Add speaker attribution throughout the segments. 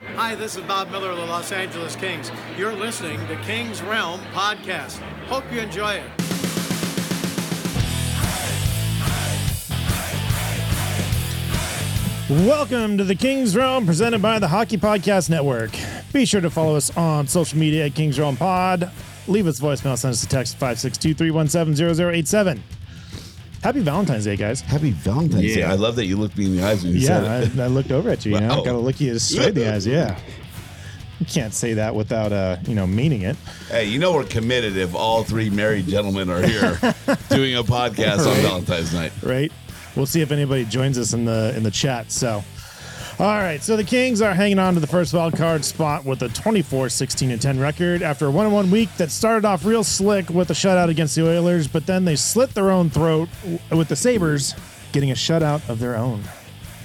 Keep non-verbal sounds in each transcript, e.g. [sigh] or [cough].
Speaker 1: Hi, this is Bob Miller of the Los Angeles Kings. You're listening to King's Realm podcast. Hope you enjoy it.
Speaker 2: Welcome to the King's Realm presented by the Hockey Podcast Network. Be sure to follow us on social media at King's Realm Pod. Leave us a voicemail, send us a text 562 317 0087. Happy Valentine's Day, guys.
Speaker 3: Happy Valentine's Day.
Speaker 4: Yeah, I love that you looked me in the eyes when you
Speaker 2: Yeah,
Speaker 4: said it.
Speaker 2: I, I looked over at you. You know,
Speaker 4: Wow.
Speaker 2: got to look you straight in the eyes. Yeah, you can't say that without uh, you know, meaning it.
Speaker 4: hey, you know we're committed if all three married gentlemen are
Speaker 2: [laughs]
Speaker 4: here doing a podcast on Valentine's night.
Speaker 2: right? We'll see if anybody joins us in the in the chat. So, all right. So the Kings are hanging on to the first wild card spot with a 24, 16, and 10 record after a one-on-one week that started off real slick with a shutout against the Oilers, but then they slit their own throat w- with the Sabers getting a shutout of their own.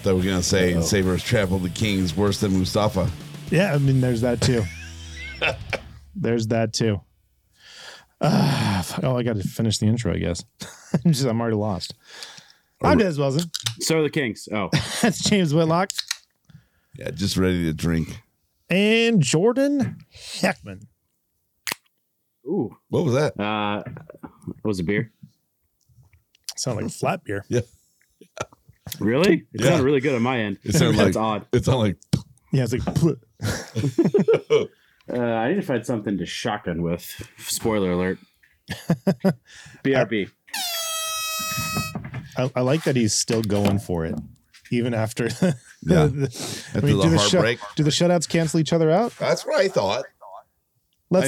Speaker 4: Thought we were gonna say and Sabres trampled the Kings worse than Mustafa.
Speaker 2: Yeah, I mean, there's that too. there's that too. Ah, fuck. oh, I got to finish the intro, I guess. [laughs] I'm just- I'm already lost. I'm Des Wilson. [laughs]
Speaker 5: So are the Kings.
Speaker 4: [laughs]
Speaker 5: Oh,
Speaker 2: That's James Whitlock.
Speaker 4: Yeah, just ready to drink.
Speaker 2: and Jordan Heckman.
Speaker 5: ooh,
Speaker 4: What was that?
Speaker 5: uh, what was a beer?
Speaker 2: Sound like a flat beer.
Speaker 5: Really? It
Speaker 4: Yeah.
Speaker 5: sounded really good on my end.
Speaker 4: It sounded
Speaker 5: That's
Speaker 4: like [laughs]
Speaker 5: odd.
Speaker 4: It sounded
Speaker 2: Yeah, it's like "Pleh."
Speaker 5: Uh, I need to find something to shotgun with. Spoiler
Speaker 4: [laughs]
Speaker 5: alert. BRB.
Speaker 2: I, I like that he's still going for it, even after. [laughs]
Speaker 4: Yeah.
Speaker 2: I
Speaker 4: After
Speaker 2: mean,
Speaker 4: the
Speaker 2: do, the shut-
Speaker 4: heartbreak.
Speaker 2: do the shutouts cancel each other out?
Speaker 4: That's what I thought.
Speaker 2: Let's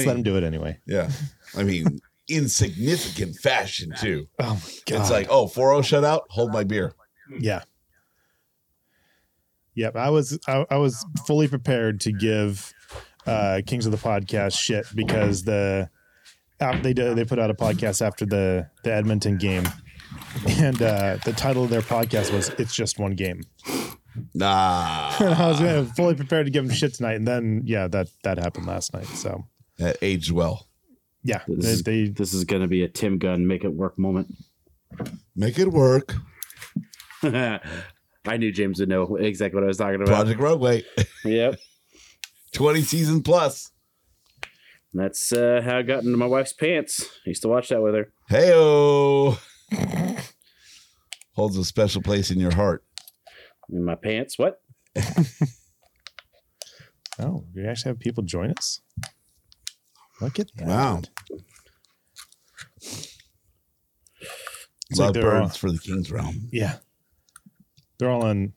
Speaker 4: I
Speaker 2: let
Speaker 4: mean-
Speaker 2: him do it anyway.
Speaker 4: Yeah. I mean, insignificant fashion too.
Speaker 2: Oh my god!
Speaker 4: It's like, oh, 4-0 shutout, hold my beer.
Speaker 2: yeah, yep. I was I, I was fully prepared to give uh Kings of the Podcast shit because the out they did, they put out a podcast after the the Edmonton game, and uh the title of their podcast was "It's Just One Game." [laughs]
Speaker 4: Nah.
Speaker 2: I was gonna- fully prepared to give him shit tonight, and then yeah, that that happened last night. So
Speaker 4: that aged well.
Speaker 2: yeah,
Speaker 5: This
Speaker 2: they,
Speaker 5: is,
Speaker 2: they
Speaker 5: this is going to be a Tim Gunn make it work moment. [laughs]
Speaker 4: Make it work.
Speaker 5: I knew James would know exactly what I was talking about.
Speaker 4: Project [laughs] Roadway.
Speaker 5: Yep.
Speaker 4: 20 season plus.
Speaker 5: And That's uh, how I got into my wife's pants. I used to watch that with her.
Speaker 4: Hey holds a special place in your heart.
Speaker 5: In my pants. What?
Speaker 2: oh, we actually have people join us. Look at that! It's like
Speaker 4: Love
Speaker 2: they're uh,
Speaker 4: birds
Speaker 2: all-
Speaker 4: for the King's Realm.
Speaker 2: Yeah, they're all on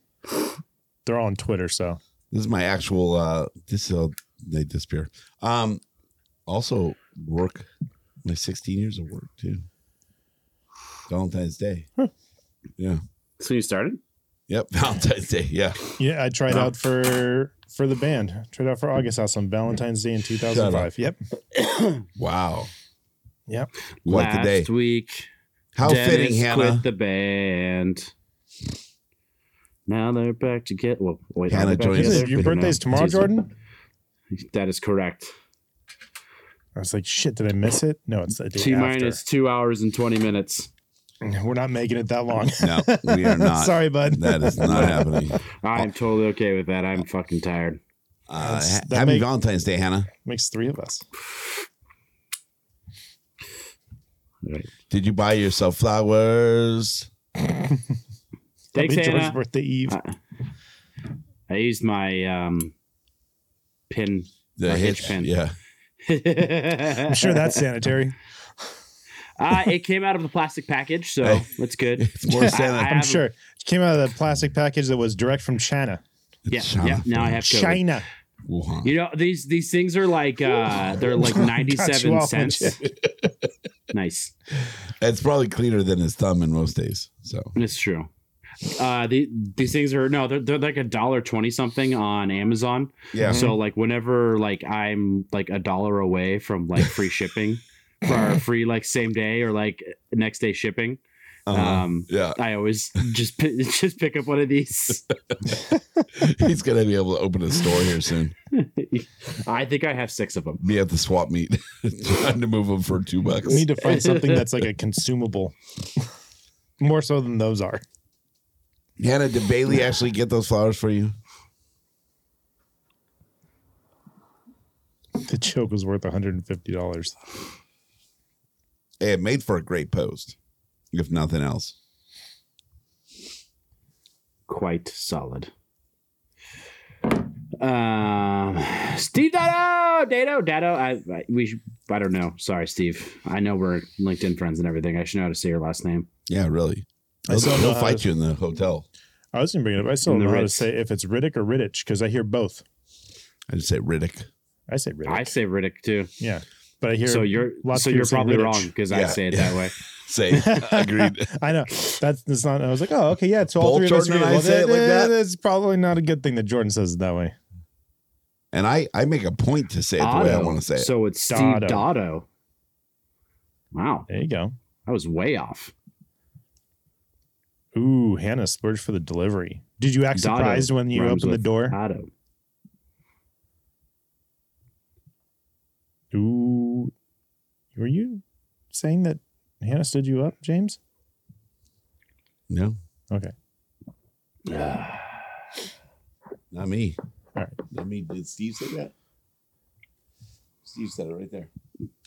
Speaker 2: they're all on Twitter. So
Speaker 4: This is my actual uh this is a they disappear. Um, also, work my 16 years of work too. Valentine's Day. Yeah.
Speaker 5: So you started?
Speaker 4: Yep. [laughs] Valentine's Day. Yeah.
Speaker 2: Yeah, I tried out for for the band. Tried out for August House on Valentine's Day in 2005. Yep.
Speaker 4: Wow.
Speaker 2: Yep.
Speaker 4: What
Speaker 5: Last
Speaker 4: the day?
Speaker 5: week.
Speaker 4: How
Speaker 5: Dennis
Speaker 4: fitting, Hannah.
Speaker 5: Quit the band. Now they're back to get. Well, wait,
Speaker 4: Hannah
Speaker 5: they're back
Speaker 4: joins-
Speaker 5: together.
Speaker 4: Is
Speaker 2: Your- Your
Speaker 5: I don't know.
Speaker 2: birthday's tomorrow,
Speaker 5: Tuesday.
Speaker 2: Jordan?
Speaker 5: That is correct.
Speaker 2: I was like, shit, did I miss it? No, it's the day
Speaker 5: T
Speaker 2: after.
Speaker 5: minus two hours and twenty minutes.
Speaker 2: [laughs] We're not making it that long.
Speaker 4: no,
Speaker 5: [laughs]
Speaker 4: we
Speaker 2: [laughs]
Speaker 4: are not.
Speaker 2: Sorry, bud.
Speaker 4: That is not happening.
Speaker 5: I'm
Speaker 2: Oh.
Speaker 5: totally okay with that. I'm fucking tired.
Speaker 4: Uh,
Speaker 2: That's-
Speaker 4: ha-
Speaker 2: that
Speaker 4: happy
Speaker 2: make-
Speaker 4: Valentine's Day, Hannah.
Speaker 2: Makes three of us.
Speaker 5: All right.
Speaker 4: Did you buy yourself flowers?
Speaker 5: Thanks,
Speaker 2: Happy George's
Speaker 5: Hannah.
Speaker 2: birthday eve.
Speaker 5: Uh, I used my um, pin.
Speaker 4: The
Speaker 5: Or hitch pin. [laughs]
Speaker 4: Yeah.
Speaker 2: I'm sure that's sanitary.
Speaker 5: uh, it came out of the plastic package, so
Speaker 4: Hey.
Speaker 5: that's good.
Speaker 4: [laughs] It's more
Speaker 5: [laughs]
Speaker 4: Santa.
Speaker 5: I
Speaker 2: I'm
Speaker 5: have-
Speaker 2: sure. It came out of the plastic package that was direct from China.
Speaker 5: Yeah,
Speaker 4: China.
Speaker 5: yeah. Now I have COVID.
Speaker 2: China.
Speaker 4: Wuhan.
Speaker 5: You know these these things are like uh they're
Speaker 2: [laughs]
Speaker 5: like ninety seven
Speaker 2: off my
Speaker 5: cents. nice,
Speaker 4: It's probably cleaner than his thumb in most days. So
Speaker 5: it's true. Uh, the, these things are no, they're, they're like a dollar twenty something on Amazon.
Speaker 4: yeah.
Speaker 5: So like whenever like I'm like a dollar away from like free shipping, for free like same day or like next day shipping,
Speaker 4: Uh-huh.
Speaker 5: um,
Speaker 4: uh, yeah. [laughs]
Speaker 5: I always just pi- [laughs] just pick up one of these.
Speaker 4: He's gonna be able to open a store here soon.
Speaker 5: I think I have six of them.
Speaker 4: Be at the swap meet, [laughs] trying to move them for two bucks.
Speaker 2: We need to find something that's like a consumable. [laughs] More so than those are.
Speaker 4: Hannah, did Bailey actually get those flowers for you?
Speaker 2: The joke was worth $150.
Speaker 4: Hey, it made for a great post, if nothing else.
Speaker 5: Quite solid. Um, Steve Dado, Dado, Dado. I, I we should, I don't know. Sorry, Steve. I know we're LinkedIn friends and everything. I should know how to say your last name.
Speaker 4: Yeah, really.
Speaker 2: I
Speaker 4: They'll,
Speaker 2: still know
Speaker 4: they'll
Speaker 2: how
Speaker 4: fight
Speaker 2: to-
Speaker 4: you in the hotel.
Speaker 2: I was going to bring it up. I still
Speaker 5: In
Speaker 2: don't
Speaker 5: the
Speaker 2: know how to
Speaker 5: Ritz.
Speaker 2: say if it's Riddick or Riddich because I hear both.
Speaker 4: I just say Riddick.
Speaker 2: I say Riddick.
Speaker 5: I say Riddick too.
Speaker 2: yeah. But I hear
Speaker 5: so
Speaker 2: [laughs]
Speaker 5: you're
Speaker 2: lots
Speaker 5: so
Speaker 2: of
Speaker 5: you're
Speaker 2: people say
Speaker 5: probably
Speaker 2: Riddich.
Speaker 5: wrong because I
Speaker 4: Yeah,
Speaker 5: say it
Speaker 4: yeah.
Speaker 5: that way.
Speaker 2: [laughs]
Speaker 4: Say agreed.
Speaker 2: I know that's that's not. I was like, oh, okay, yeah. So
Speaker 4: Both
Speaker 2: all three of us
Speaker 4: Jordan and
Speaker 2: agree.
Speaker 4: I
Speaker 2: Well,
Speaker 4: say it like that?
Speaker 2: It's probably not a good thing that Jordan says it that way.
Speaker 4: And I, I make a point to say it the way I
Speaker 5: Otto.
Speaker 4: want to say it.
Speaker 5: So it's Steve
Speaker 2: Dotto.
Speaker 5: Dotto. Wow,
Speaker 2: There you go.
Speaker 5: I was way off.
Speaker 2: Ooh, Hannah splurged for the delivery. Did you act
Speaker 5: Dotto
Speaker 2: surprised when you
Speaker 5: rhymes
Speaker 2: opened the
Speaker 5: with
Speaker 2: door?
Speaker 5: Dotto.
Speaker 2: Ooh, were you saying that Hannah stood you up, James?
Speaker 4: no, Ah.
Speaker 2: Okay,
Speaker 4: not me.
Speaker 2: all right.
Speaker 4: Not me. Did Steve say that? Steve said it right there.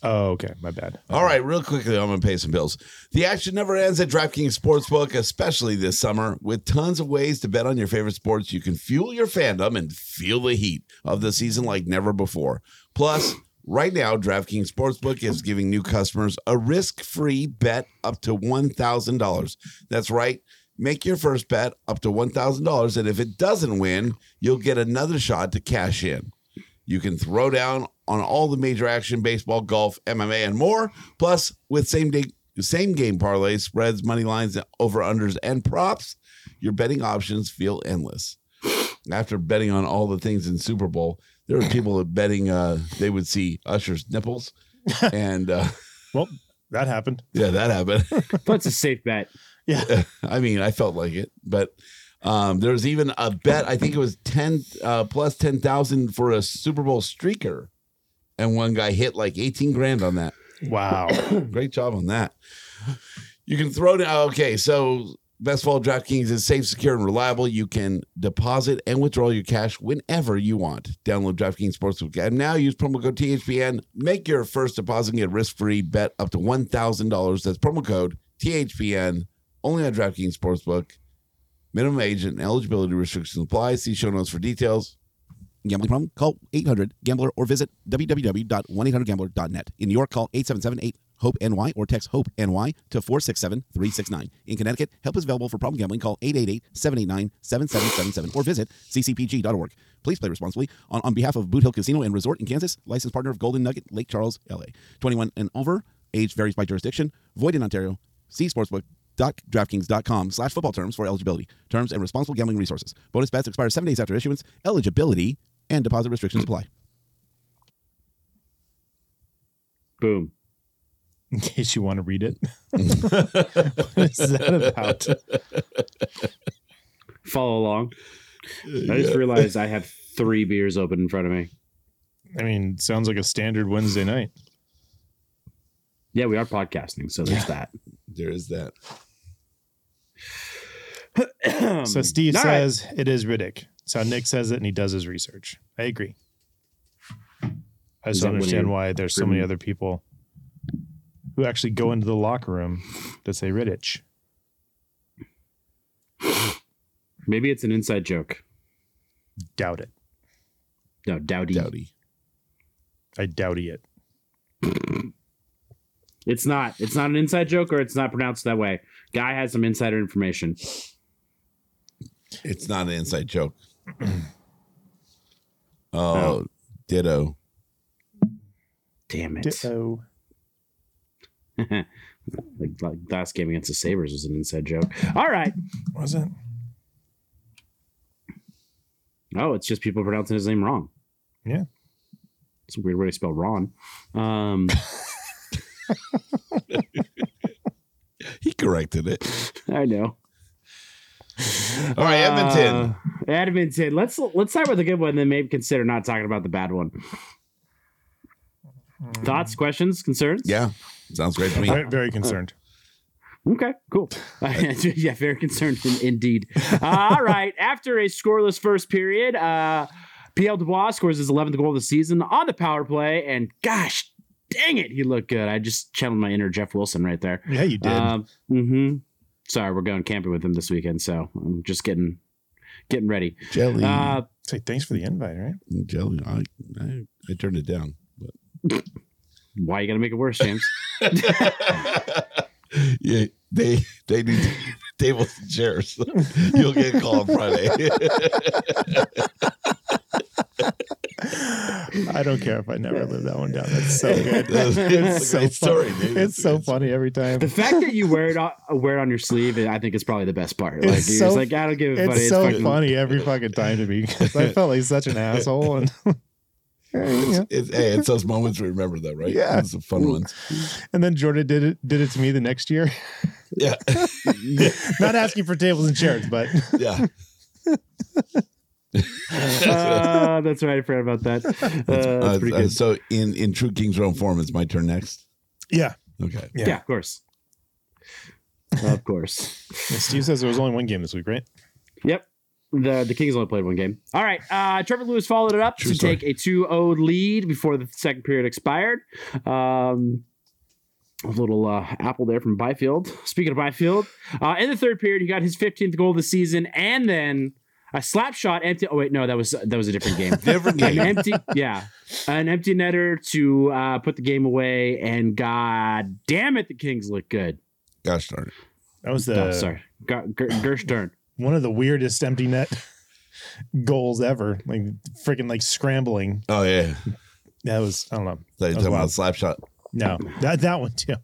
Speaker 2: Oh, okay, my bad.
Speaker 4: All right, real quickly, I'm going to pay some bills. The action never ends at DraftKings Sportsbook, especially this summer, with tons of ways to bet on your favorite sports. You can fuel your fandom and feel the heat of the season like never before. Plus, right now, DraftKings Sportsbook is giving new customers a risk free bet up to $1,000. That's right. Make your first bet up to $1,000, and if it doesn't win, you'll get another shot to cash in. You can throw down on all the major action baseball, golf, MMA, and more. Plus, with same day, same game parlays, spreads, money lines, over unders, and props, your betting options feel endless. After betting on all the things in Super Bowl, there were people that betting uh, they would see Usher's nipples, and uh,
Speaker 2: Well, that happened.
Speaker 4: yeah, that happened. [laughs]
Speaker 5: But it's a safe bet.
Speaker 2: Yeah,
Speaker 4: I mean, I felt like it, but um, there was even a bet. I think it was ten uh, plus ten thousand for a Super Bowl streaker, and one guy hit like eighteen grand on that.
Speaker 5: [coughs]
Speaker 2: wow.
Speaker 4: [clears throat] Great job on that. You can throw down. Okay, so best of all, DraftKings is safe, secure, and reliable. You can deposit and withdraw your cash whenever you want. Download DraftKings Sportsbook and now use promo code THPN. Make your first deposit and get risk-free bet up to one thousand dollars. That's promo code THPN only on DraftKings Sportsbook. Minimum age and eligibility restrictions apply. See show notes for details.
Speaker 6: Gambling problem? Call 800 Gambler or visit www.1800Gambler.net. In New York, call 877 HOPE NY or text HOPE NY to 467 369. In Connecticut, help is available for problem gambling. Call 888 789 7777 or visit ccpg.org. Please play responsibly. On, on behalf of Boot Hill Casino and Resort in Kansas, licensed partner of Golden Nugget, Lake Charles, LA. 21 and over, age varies by jurisdiction, void in Ontario. See sportsbook.draftkings.com slash football terms for eligibility, terms, and responsible gambling resources. Bonus bets expire seven days after issuance. Eligibility and deposit restrictions apply.
Speaker 5: Boom.
Speaker 2: In case you want to
Speaker 5: [laughs]
Speaker 2: read it. [laughs] what is that about?
Speaker 5: Follow
Speaker 4: [laughs]
Speaker 5: along. I just realized I had three beers open in front of me.
Speaker 2: I mean, sounds like a standard Wednesday night.
Speaker 5: Yeah, we are podcasting, so there's
Speaker 4: There is
Speaker 5: [clears throat]
Speaker 4: that.
Speaker 5: that.
Speaker 2: So Steve
Speaker 5: All right.
Speaker 2: says it is Riddick. So Nick says it and he does his research. I agree. I
Speaker 5: Is
Speaker 2: just
Speaker 5: that
Speaker 2: don't
Speaker 5: when
Speaker 2: understand
Speaker 5: you-
Speaker 2: why there's so many
Speaker 5: Mm.
Speaker 2: other people who actually go into the locker room that say Riddick.
Speaker 5: maybe it's an inside joke.
Speaker 2: Doubt it.
Speaker 5: No, Dowdy.
Speaker 4: [clears throat] Dowdy.
Speaker 2: I doubty it.
Speaker 5: It's not. It's not an inside joke, or it's not pronounced that way. Guy has some insider information.
Speaker 4: It's not an inside joke. [clears throat] Oh, ditto.
Speaker 5: Damn it!
Speaker 2: Ditto.
Speaker 5: like, like last game against the Sabers was an inside joke. All right.
Speaker 2: Was it?
Speaker 5: Oh, it's just people pronouncing his name wrong.
Speaker 2: Yeah.
Speaker 5: It's a weird way to spell Ron. Um, [laughs]
Speaker 4: He corrected
Speaker 6: [laughs]
Speaker 4: it.
Speaker 5: I know.
Speaker 4: All right, Edmonton.
Speaker 5: Uh, Edmonton. Let's let's talk about the good one, then maybe consider not talking about the bad one. Thoughts, questions, concerns?
Speaker 4: yeah, sounds great to me.
Speaker 2: Very, very concerned.
Speaker 5: Okay, cool. [laughs] yeah, very concerned in, indeed. Uh, all right. [laughs] After a scoreless first period, uh, PL Dubois scores his 11th goal of the season on the power play, and gosh dang it, he looked good. I just channeled my inner Jeff Wilson right there.
Speaker 2: Yeah, you did.
Speaker 5: Um, hmm Sorry, we're going camping with him this weekend, so I'm just getting getting ready.
Speaker 4: Jelly,
Speaker 5: Uh,
Speaker 2: Say thanks for the invite, [laughs] right?
Speaker 4: jelly. I, I, I turned it
Speaker 6: [laughs]
Speaker 4: down. [laughs] But.
Speaker 5: why you gotta make it worse, James?
Speaker 4: yeah, they they [laughs] need tables and chairs. [laughs] You'll get a call on Friday. [laughs]
Speaker 2: I don't care if I never live that one down. That's [laughs] so good.
Speaker 4: That's a
Speaker 2: it's so
Speaker 4: great story,
Speaker 2: funny.
Speaker 4: dude.
Speaker 2: It's so funny every time.
Speaker 5: the fact that you wear it on, uh, wear it on your sleeve, I think is probably the best part. Like,
Speaker 2: It's
Speaker 5: it's
Speaker 2: so-
Speaker 5: like I don't give a fuck.
Speaker 2: It's, so
Speaker 5: fucking-
Speaker 2: [laughs] funny every fucking time to me 'cause I felt like such [laughs] an asshole. And
Speaker 4: It's, it's, hey, it's those moments we remember, though, right?
Speaker 2: Yeah.
Speaker 4: it's the fun ones.
Speaker 2: and then Jordan did it did it to me the next [laughs] year.
Speaker 5: [laughs]
Speaker 4: Yeah,
Speaker 2: [laughs] Not asking for tables and chairs, but
Speaker 4: yeah.
Speaker 5: [laughs] Uh, that's right. I forgot about
Speaker 2: [laughs]
Speaker 5: that. Uh, that's
Speaker 4: Uh,
Speaker 5: pretty
Speaker 4: uh,
Speaker 5: good.
Speaker 4: so, in in true King's Realm form, it's my turn next.
Speaker 2: yeah.
Speaker 4: Okay.
Speaker 5: yeah. of course. of course.
Speaker 2: Steve says there was only one game this week, right? [laughs]
Speaker 5: Yep. The the Kings only played one game. All right. Uh, Trevor Lewis followed it up
Speaker 4: True
Speaker 5: to
Speaker 4: story.
Speaker 5: take a 2-0 lead before the second period expired. Um, a little uh, apple there from Byfield. [laughs] Speaking of Byfield, uh, in the third period, he got his 15th goal of the season, and then a slap shot empty. Oh wait, no, that was that was a different
Speaker 4: [laughs]
Speaker 5: game.
Speaker 4: Different
Speaker 5: an
Speaker 4: game.
Speaker 5: empty, yeah, an empty netter to uh, put the game away. And god damn it, the Kings look good.
Speaker 4: Gosh darn it.
Speaker 2: That was the
Speaker 5: oh, sorry, Ger- Ger-
Speaker 4: [laughs]
Speaker 5: Gerstern.
Speaker 2: one of the weirdest empty net [laughs] goals ever. Like freaking like scrambling.
Speaker 4: Oh yeah.
Speaker 2: That was I don't know.
Speaker 4: So you're
Speaker 2: That was
Speaker 4: talking about
Speaker 2: wild.
Speaker 4: slap shot.
Speaker 2: No, that that one too.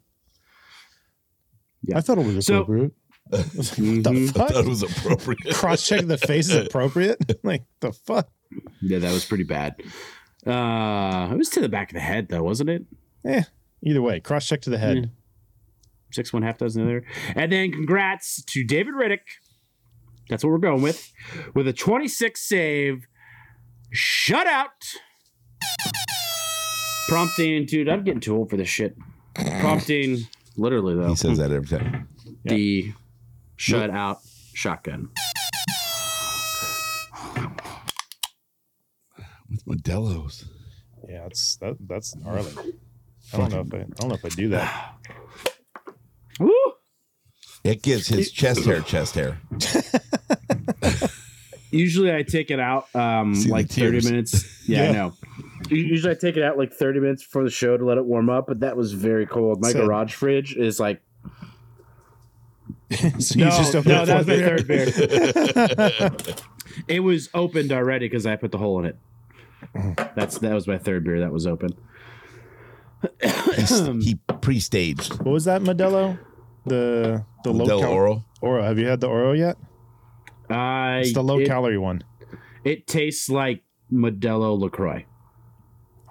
Speaker 5: Yeah.
Speaker 2: I thought it was
Speaker 5: So-
Speaker 2: appropriate.
Speaker 5: Mhm.
Speaker 2: the
Speaker 4: I thought
Speaker 2: [laughs] fuck?
Speaker 4: it was appropriate.
Speaker 2: Cross checking the face is appropriate. [laughs] Like the fuck.
Speaker 5: Yeah, that was pretty bad. Uh, it was to the back of the head though, wasn't it?
Speaker 2: Either way, cross check to the head.
Speaker 5: Six one half dozen other. And then congrats to David Riddick. That's what we're going with, with a 26 save shutout, prompting dude. I'm getting too old for this shit. Prompting literally though.
Speaker 4: He says that every time.
Speaker 5: the shut out shotgun.
Speaker 4: With Modelo's.
Speaker 2: Yeah, that's that,
Speaker 5: [laughs]
Speaker 2: that's gnarly. I don't know if I, I don't know if I do that.
Speaker 5: Woo! [laughs]
Speaker 4: It gives his chest hair chest hair.
Speaker 5: usually I take it out um
Speaker 4: See the
Speaker 5: like 30
Speaker 4: tears.
Speaker 5: minutes. Yeah,
Speaker 2: Yeah.
Speaker 5: I know. U- Usually I take it out like 30 minutes before the show to let it warm up, but that was very cold. My
Speaker 2: Sad.
Speaker 5: garage fridge is like
Speaker 2: So
Speaker 5: no,
Speaker 2: you just opened
Speaker 5: no,
Speaker 2: up
Speaker 5: that was my
Speaker 2: one beer.
Speaker 5: third beer. [laughs] it was opened already because I put the hole in it. That's that was my third beer that was open. [coughs] [clears throat]
Speaker 4: he pre-staged
Speaker 2: What was that Modelo? The the low
Speaker 4: Del
Speaker 2: cal-
Speaker 4: Oro.
Speaker 2: Oro. Have you had the Oro yet?
Speaker 5: I
Speaker 2: It's the low
Speaker 5: it,
Speaker 2: calorie one.
Speaker 5: it tastes like Modelo Lacroix.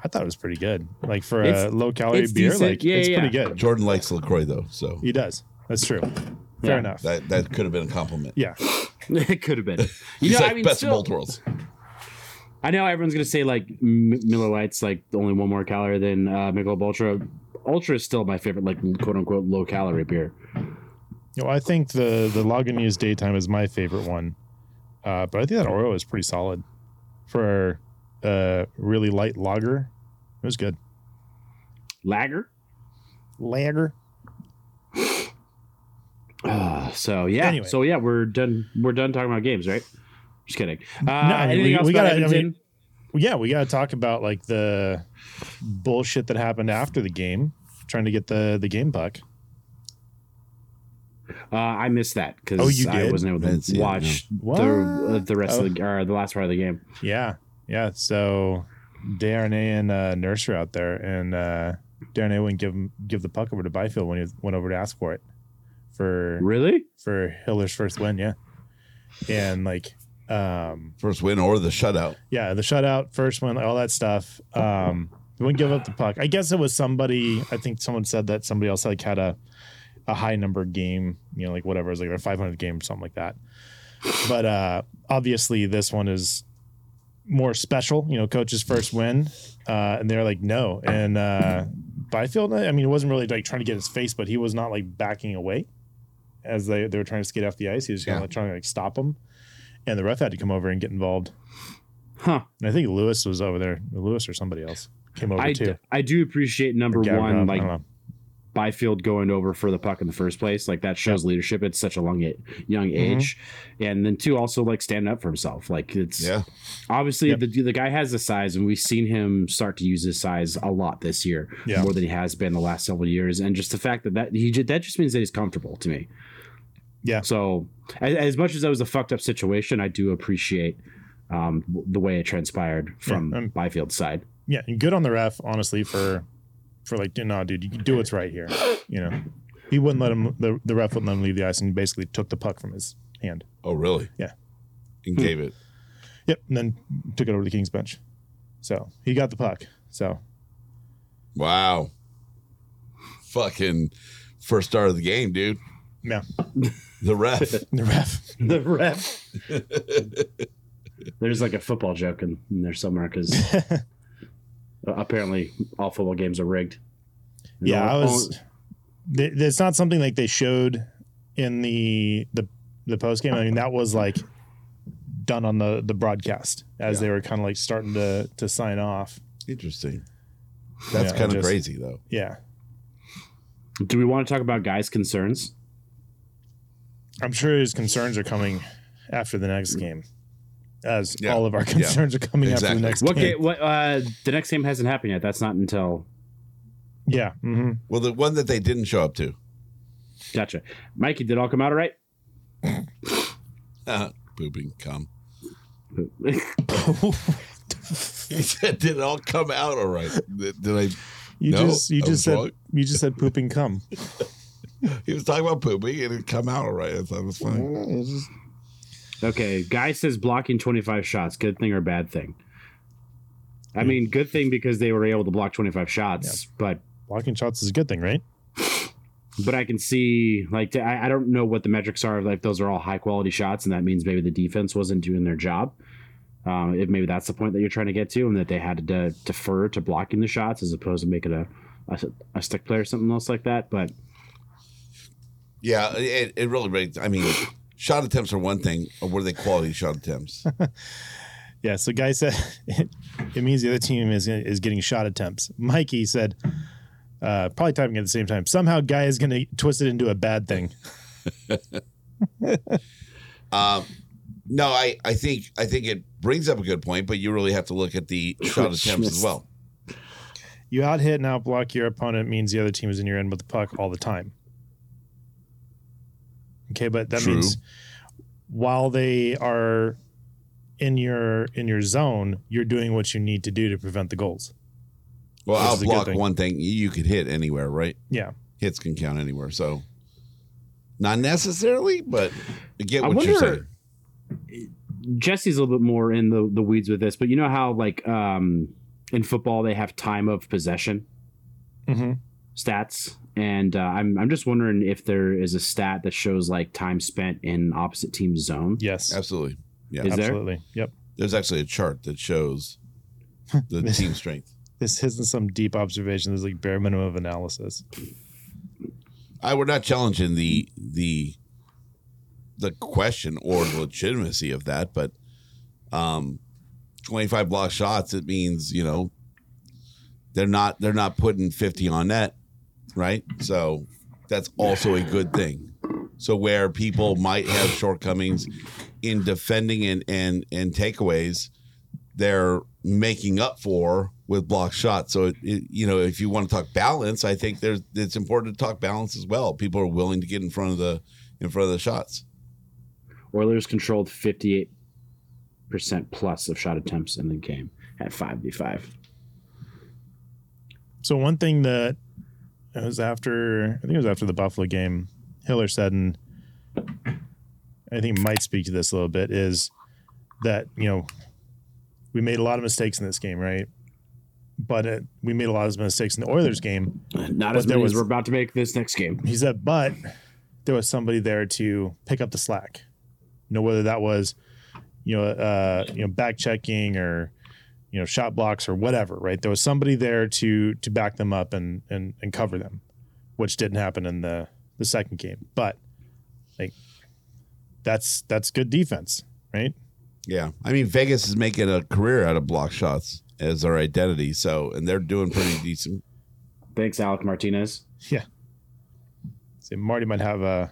Speaker 2: I thought it was pretty good. Like for a
Speaker 5: It's-
Speaker 2: low calorie
Speaker 5: it's
Speaker 2: beer,
Speaker 5: decent.
Speaker 2: like
Speaker 5: Yeah,
Speaker 2: it's
Speaker 5: yeah,
Speaker 2: pretty good.
Speaker 4: Jordan likes Lacroix though, so
Speaker 2: He does. That's true. Fair
Speaker 5: Yeah.
Speaker 2: enough.
Speaker 4: that that could have been a compliment.
Speaker 2: yeah.
Speaker 5: [laughs] it could have been. You
Speaker 4: [laughs] He's
Speaker 5: know,
Speaker 4: like
Speaker 5: I mean,
Speaker 4: best of
Speaker 5: still,
Speaker 4: both worlds.
Speaker 5: I know everyone's gonna say like M- Miller Lite's like only one more calorie than uh, Michelob Ultra. Ultra is still my favorite, like quote unquote low calorie beer.
Speaker 2: You know, I think the the Lagunitas daytime is my favorite one, uh, but I think that Oro is pretty solid for uh, really light lager. It was good.
Speaker 5: Lager.
Speaker 2: Lager.
Speaker 5: Uh, so yeah.
Speaker 2: Anyway.
Speaker 5: So yeah, we're done. We're done talking about games, right? Just kidding. Uh,
Speaker 2: I mean,
Speaker 5: anything
Speaker 2: we-
Speaker 5: else
Speaker 2: we
Speaker 5: about
Speaker 2: gotta- I mean-
Speaker 5: Edmonton?
Speaker 2: Well, yeah, we got to talk about like the bullshit that happened after the game, trying to get the the game puck.
Speaker 5: uh, I missed that because
Speaker 2: Oh, you
Speaker 5: I
Speaker 2: did?
Speaker 5: wasn't able
Speaker 4: That's
Speaker 5: to
Speaker 4: it,
Speaker 5: watch
Speaker 2: What? Oh,
Speaker 5: the uh, the rest of the or the last part of the game.
Speaker 2: Yeah, yeah. So Darnay and uh, Nurse are out there, and uh, Darnay wouldn't give him, give the puck over to Byfield when he went over to ask for it for
Speaker 5: Really?
Speaker 2: for Hiller's first win. Yeah, and like, um,
Speaker 4: First win or the shutout.
Speaker 2: yeah, the shutout, first win, all that stuff. Um, he wouldn't give up the puck. I guess it was somebody. I think someone said that somebody else like had a a high number game. You know, like whatever it was like their 500 game or something like that. But uh, obviously, this one is more special. You know, coach's first win, uh, and they're like, no. And uh, Byfield, I mean, it wasn't really like trying to get his face, but he was not like backing away as they, they were trying to skate off the ice. He was kind
Speaker 4: Yeah.
Speaker 2: of like, trying to like stop him, and the ref had to come over and get involved.
Speaker 5: Huh.
Speaker 2: And I think Lewis was over there. Lewis or somebody else came over
Speaker 5: I,
Speaker 2: too.
Speaker 5: d- I do appreciate number
Speaker 2: Gavrikov, I
Speaker 5: one,
Speaker 2: don't
Speaker 5: like
Speaker 2: know.
Speaker 5: Byfield going over for the puck in the first place. Like that shows leadership at such a long a- young
Speaker 2: Mm-hmm.
Speaker 5: age, and then two also like standing up for himself. Like it's
Speaker 4: Yeah.
Speaker 5: obviously
Speaker 2: Yep.
Speaker 5: the the guy has the size, and we've seen him start to use his size a lot this year,
Speaker 2: Yeah.
Speaker 5: more than he has been the last several years. And just the fact that that he ju- that just means that he's comfortable to me.
Speaker 2: Yeah.
Speaker 5: So as, as much as that was a fucked up situation, I do appreciate um, w- the way it transpired from
Speaker 2: I'm-
Speaker 5: Byfield's side.
Speaker 2: yeah, and good on the ref, honestly, for for like, no, nah, dude, you do what's right here. You know, he wouldn't let him. The, the ref wouldn't let him leave the ice, and he basically took the puck from his hand.
Speaker 4: Oh, really?
Speaker 2: Yeah.
Speaker 4: And gave it.
Speaker 2: Yep, and then took it over to the Kings bench. So he got the puck.
Speaker 4: [laughs]
Speaker 2: So
Speaker 4: Wow. Fucking first start of the game, dude.
Speaker 2: yeah,
Speaker 4: The ref.
Speaker 2: the ref.
Speaker 5: [laughs] the ref. There's like a football joke in, in there somewhere [laughs] because apparently all football games are rigged. And
Speaker 2: Yeah, I
Speaker 5: all-
Speaker 2: was. th- It's not something like they showed in the the the post game. I mean, that was like done on the the broadcast as they were kind of like starting to to sign off.
Speaker 4: Interesting. That's
Speaker 2: Yeah,
Speaker 4: kind of
Speaker 2: just-
Speaker 4: crazy, though.
Speaker 2: Yeah,
Speaker 5: all- do we want to talk about guys' concerns?
Speaker 2: I'm sure his concerns are coming after the next game, as
Speaker 4: Yeah.
Speaker 2: all of our concerns are coming after
Speaker 4: Exactly.
Speaker 2: the next
Speaker 5: What?
Speaker 2: game.
Speaker 5: Ga- what? Uh, the next game hasn't happened yet. That's not until.
Speaker 2: Yeah, hmm
Speaker 4: Well, the one that they didn't show up to.
Speaker 5: Gotcha, Mikey. Did it all come out all right?
Speaker 4: Pooping cum. He said, "Did it all come out all right?" Did did I?
Speaker 2: you
Speaker 4: No,
Speaker 2: just you
Speaker 4: I was
Speaker 2: just said
Speaker 4: wrong.
Speaker 2: you just said pooping cum.
Speaker 4: [laughs] He was talking about pooping, and it come out all right. I thought it was funny.
Speaker 5: [laughs] Okay, guy says blocking 25 shots. Good thing or bad thing? I mean, good thing because they were able to block 25 shots, but
Speaker 2: Blocking shots is a good thing, right?
Speaker 5: but I can see like I, I don't know what the metrics are. Like those are all high quality shots, and that means maybe the defense wasn't doing their job. Um, if maybe that's the point that you're trying to get to, and that they had to de- defer to blocking the shots as opposed to making a, a a stick play or something else like that. But
Speaker 4: Yeah, it, it really. Made, I mean, shot attempts are one thing. Or were they quality shot
Speaker 2: [laughs]
Speaker 4: attempts?
Speaker 2: Yeah. So guy said [laughs] it, it means the other team is is getting shot attempts. Mikey said. Uh, probably typing at the same time. Somehow, guy is going to twist it into a bad thing.
Speaker 4: Um, No, I, I think I think it brings up a good point, but you really have to look at
Speaker 2: [laughs]
Speaker 4: the shot attempts as well.
Speaker 2: You out hit and out block your opponent means the other team is in your end with the puck all the time. Okay, but that
Speaker 4: True.
Speaker 2: means while they are in your in your zone, you're doing what you need to do to prevent the goals.
Speaker 4: Well,
Speaker 2: Which
Speaker 4: I'll
Speaker 2: is a good
Speaker 4: block
Speaker 2: thing.
Speaker 4: one thing. You- You could hit anywhere, right?
Speaker 2: Yeah.
Speaker 4: Hits can count anywhere, so not necessarily, but I get
Speaker 5: I
Speaker 4: what you're
Speaker 5: wonder-
Speaker 4: saying.
Speaker 5: Jesse's a little bit more in the, the weeds with this, but you know how like um, in football they have time of possession
Speaker 2: Mm-hmm.
Speaker 5: stats, and uh, I'm I'm just wondering if there is a stat that shows like time spent in opposite team's zone.
Speaker 2: Yes.
Speaker 4: Absolutely. Yeah.
Speaker 5: Is there?
Speaker 2: Absolutely. Yep.
Speaker 4: There's actually a chart that
Speaker 2: [laughs]
Speaker 4: shows the team strength.
Speaker 2: This isn't some deep observation. This is like bare minimum of analysis.
Speaker 4: I we're not challenging the the the question or the legitimacy of that, but um 25 block shots, it means, you know, they're not they're not putting 50 on net, right? So that's also a good thing. So where people might have shortcomings in defending and and and takeaways, they're making up for with block shots. So it, it, you know, if you want to talk balance, I think there's it's important to talk balance as well. People are willing to get in front of the in front of the shots.
Speaker 5: Oilers controlled 58% plus of shot attempts in the game at 5v5.
Speaker 2: So one thing that it was after, I think it was after the Buffalo game, Hiller said, and I think might speak to this a little bit, is that you know we made a lot of mistakes in this game, right? But it, we made a lot of mistakes in the Oilers game.
Speaker 5: Not
Speaker 2: But
Speaker 5: as
Speaker 2: there
Speaker 5: many
Speaker 2: was-
Speaker 5: as we're about to make this next game.
Speaker 2: He said, but there was somebody there to pick up the slack. You know whether that was, you know, uh, you know, back checking or you know, shot blocks or whatever. Right? There was somebody there to to back them up and and and cover them, which didn't happen in the the second game. But like, that's that's good defense, right?
Speaker 4: Yeah, I mean Vegas is making a career out of block shots as their identity. So and they're doing [sighs] pretty decent.
Speaker 5: Thanks, Alec Martinez.
Speaker 2: So Marty might have a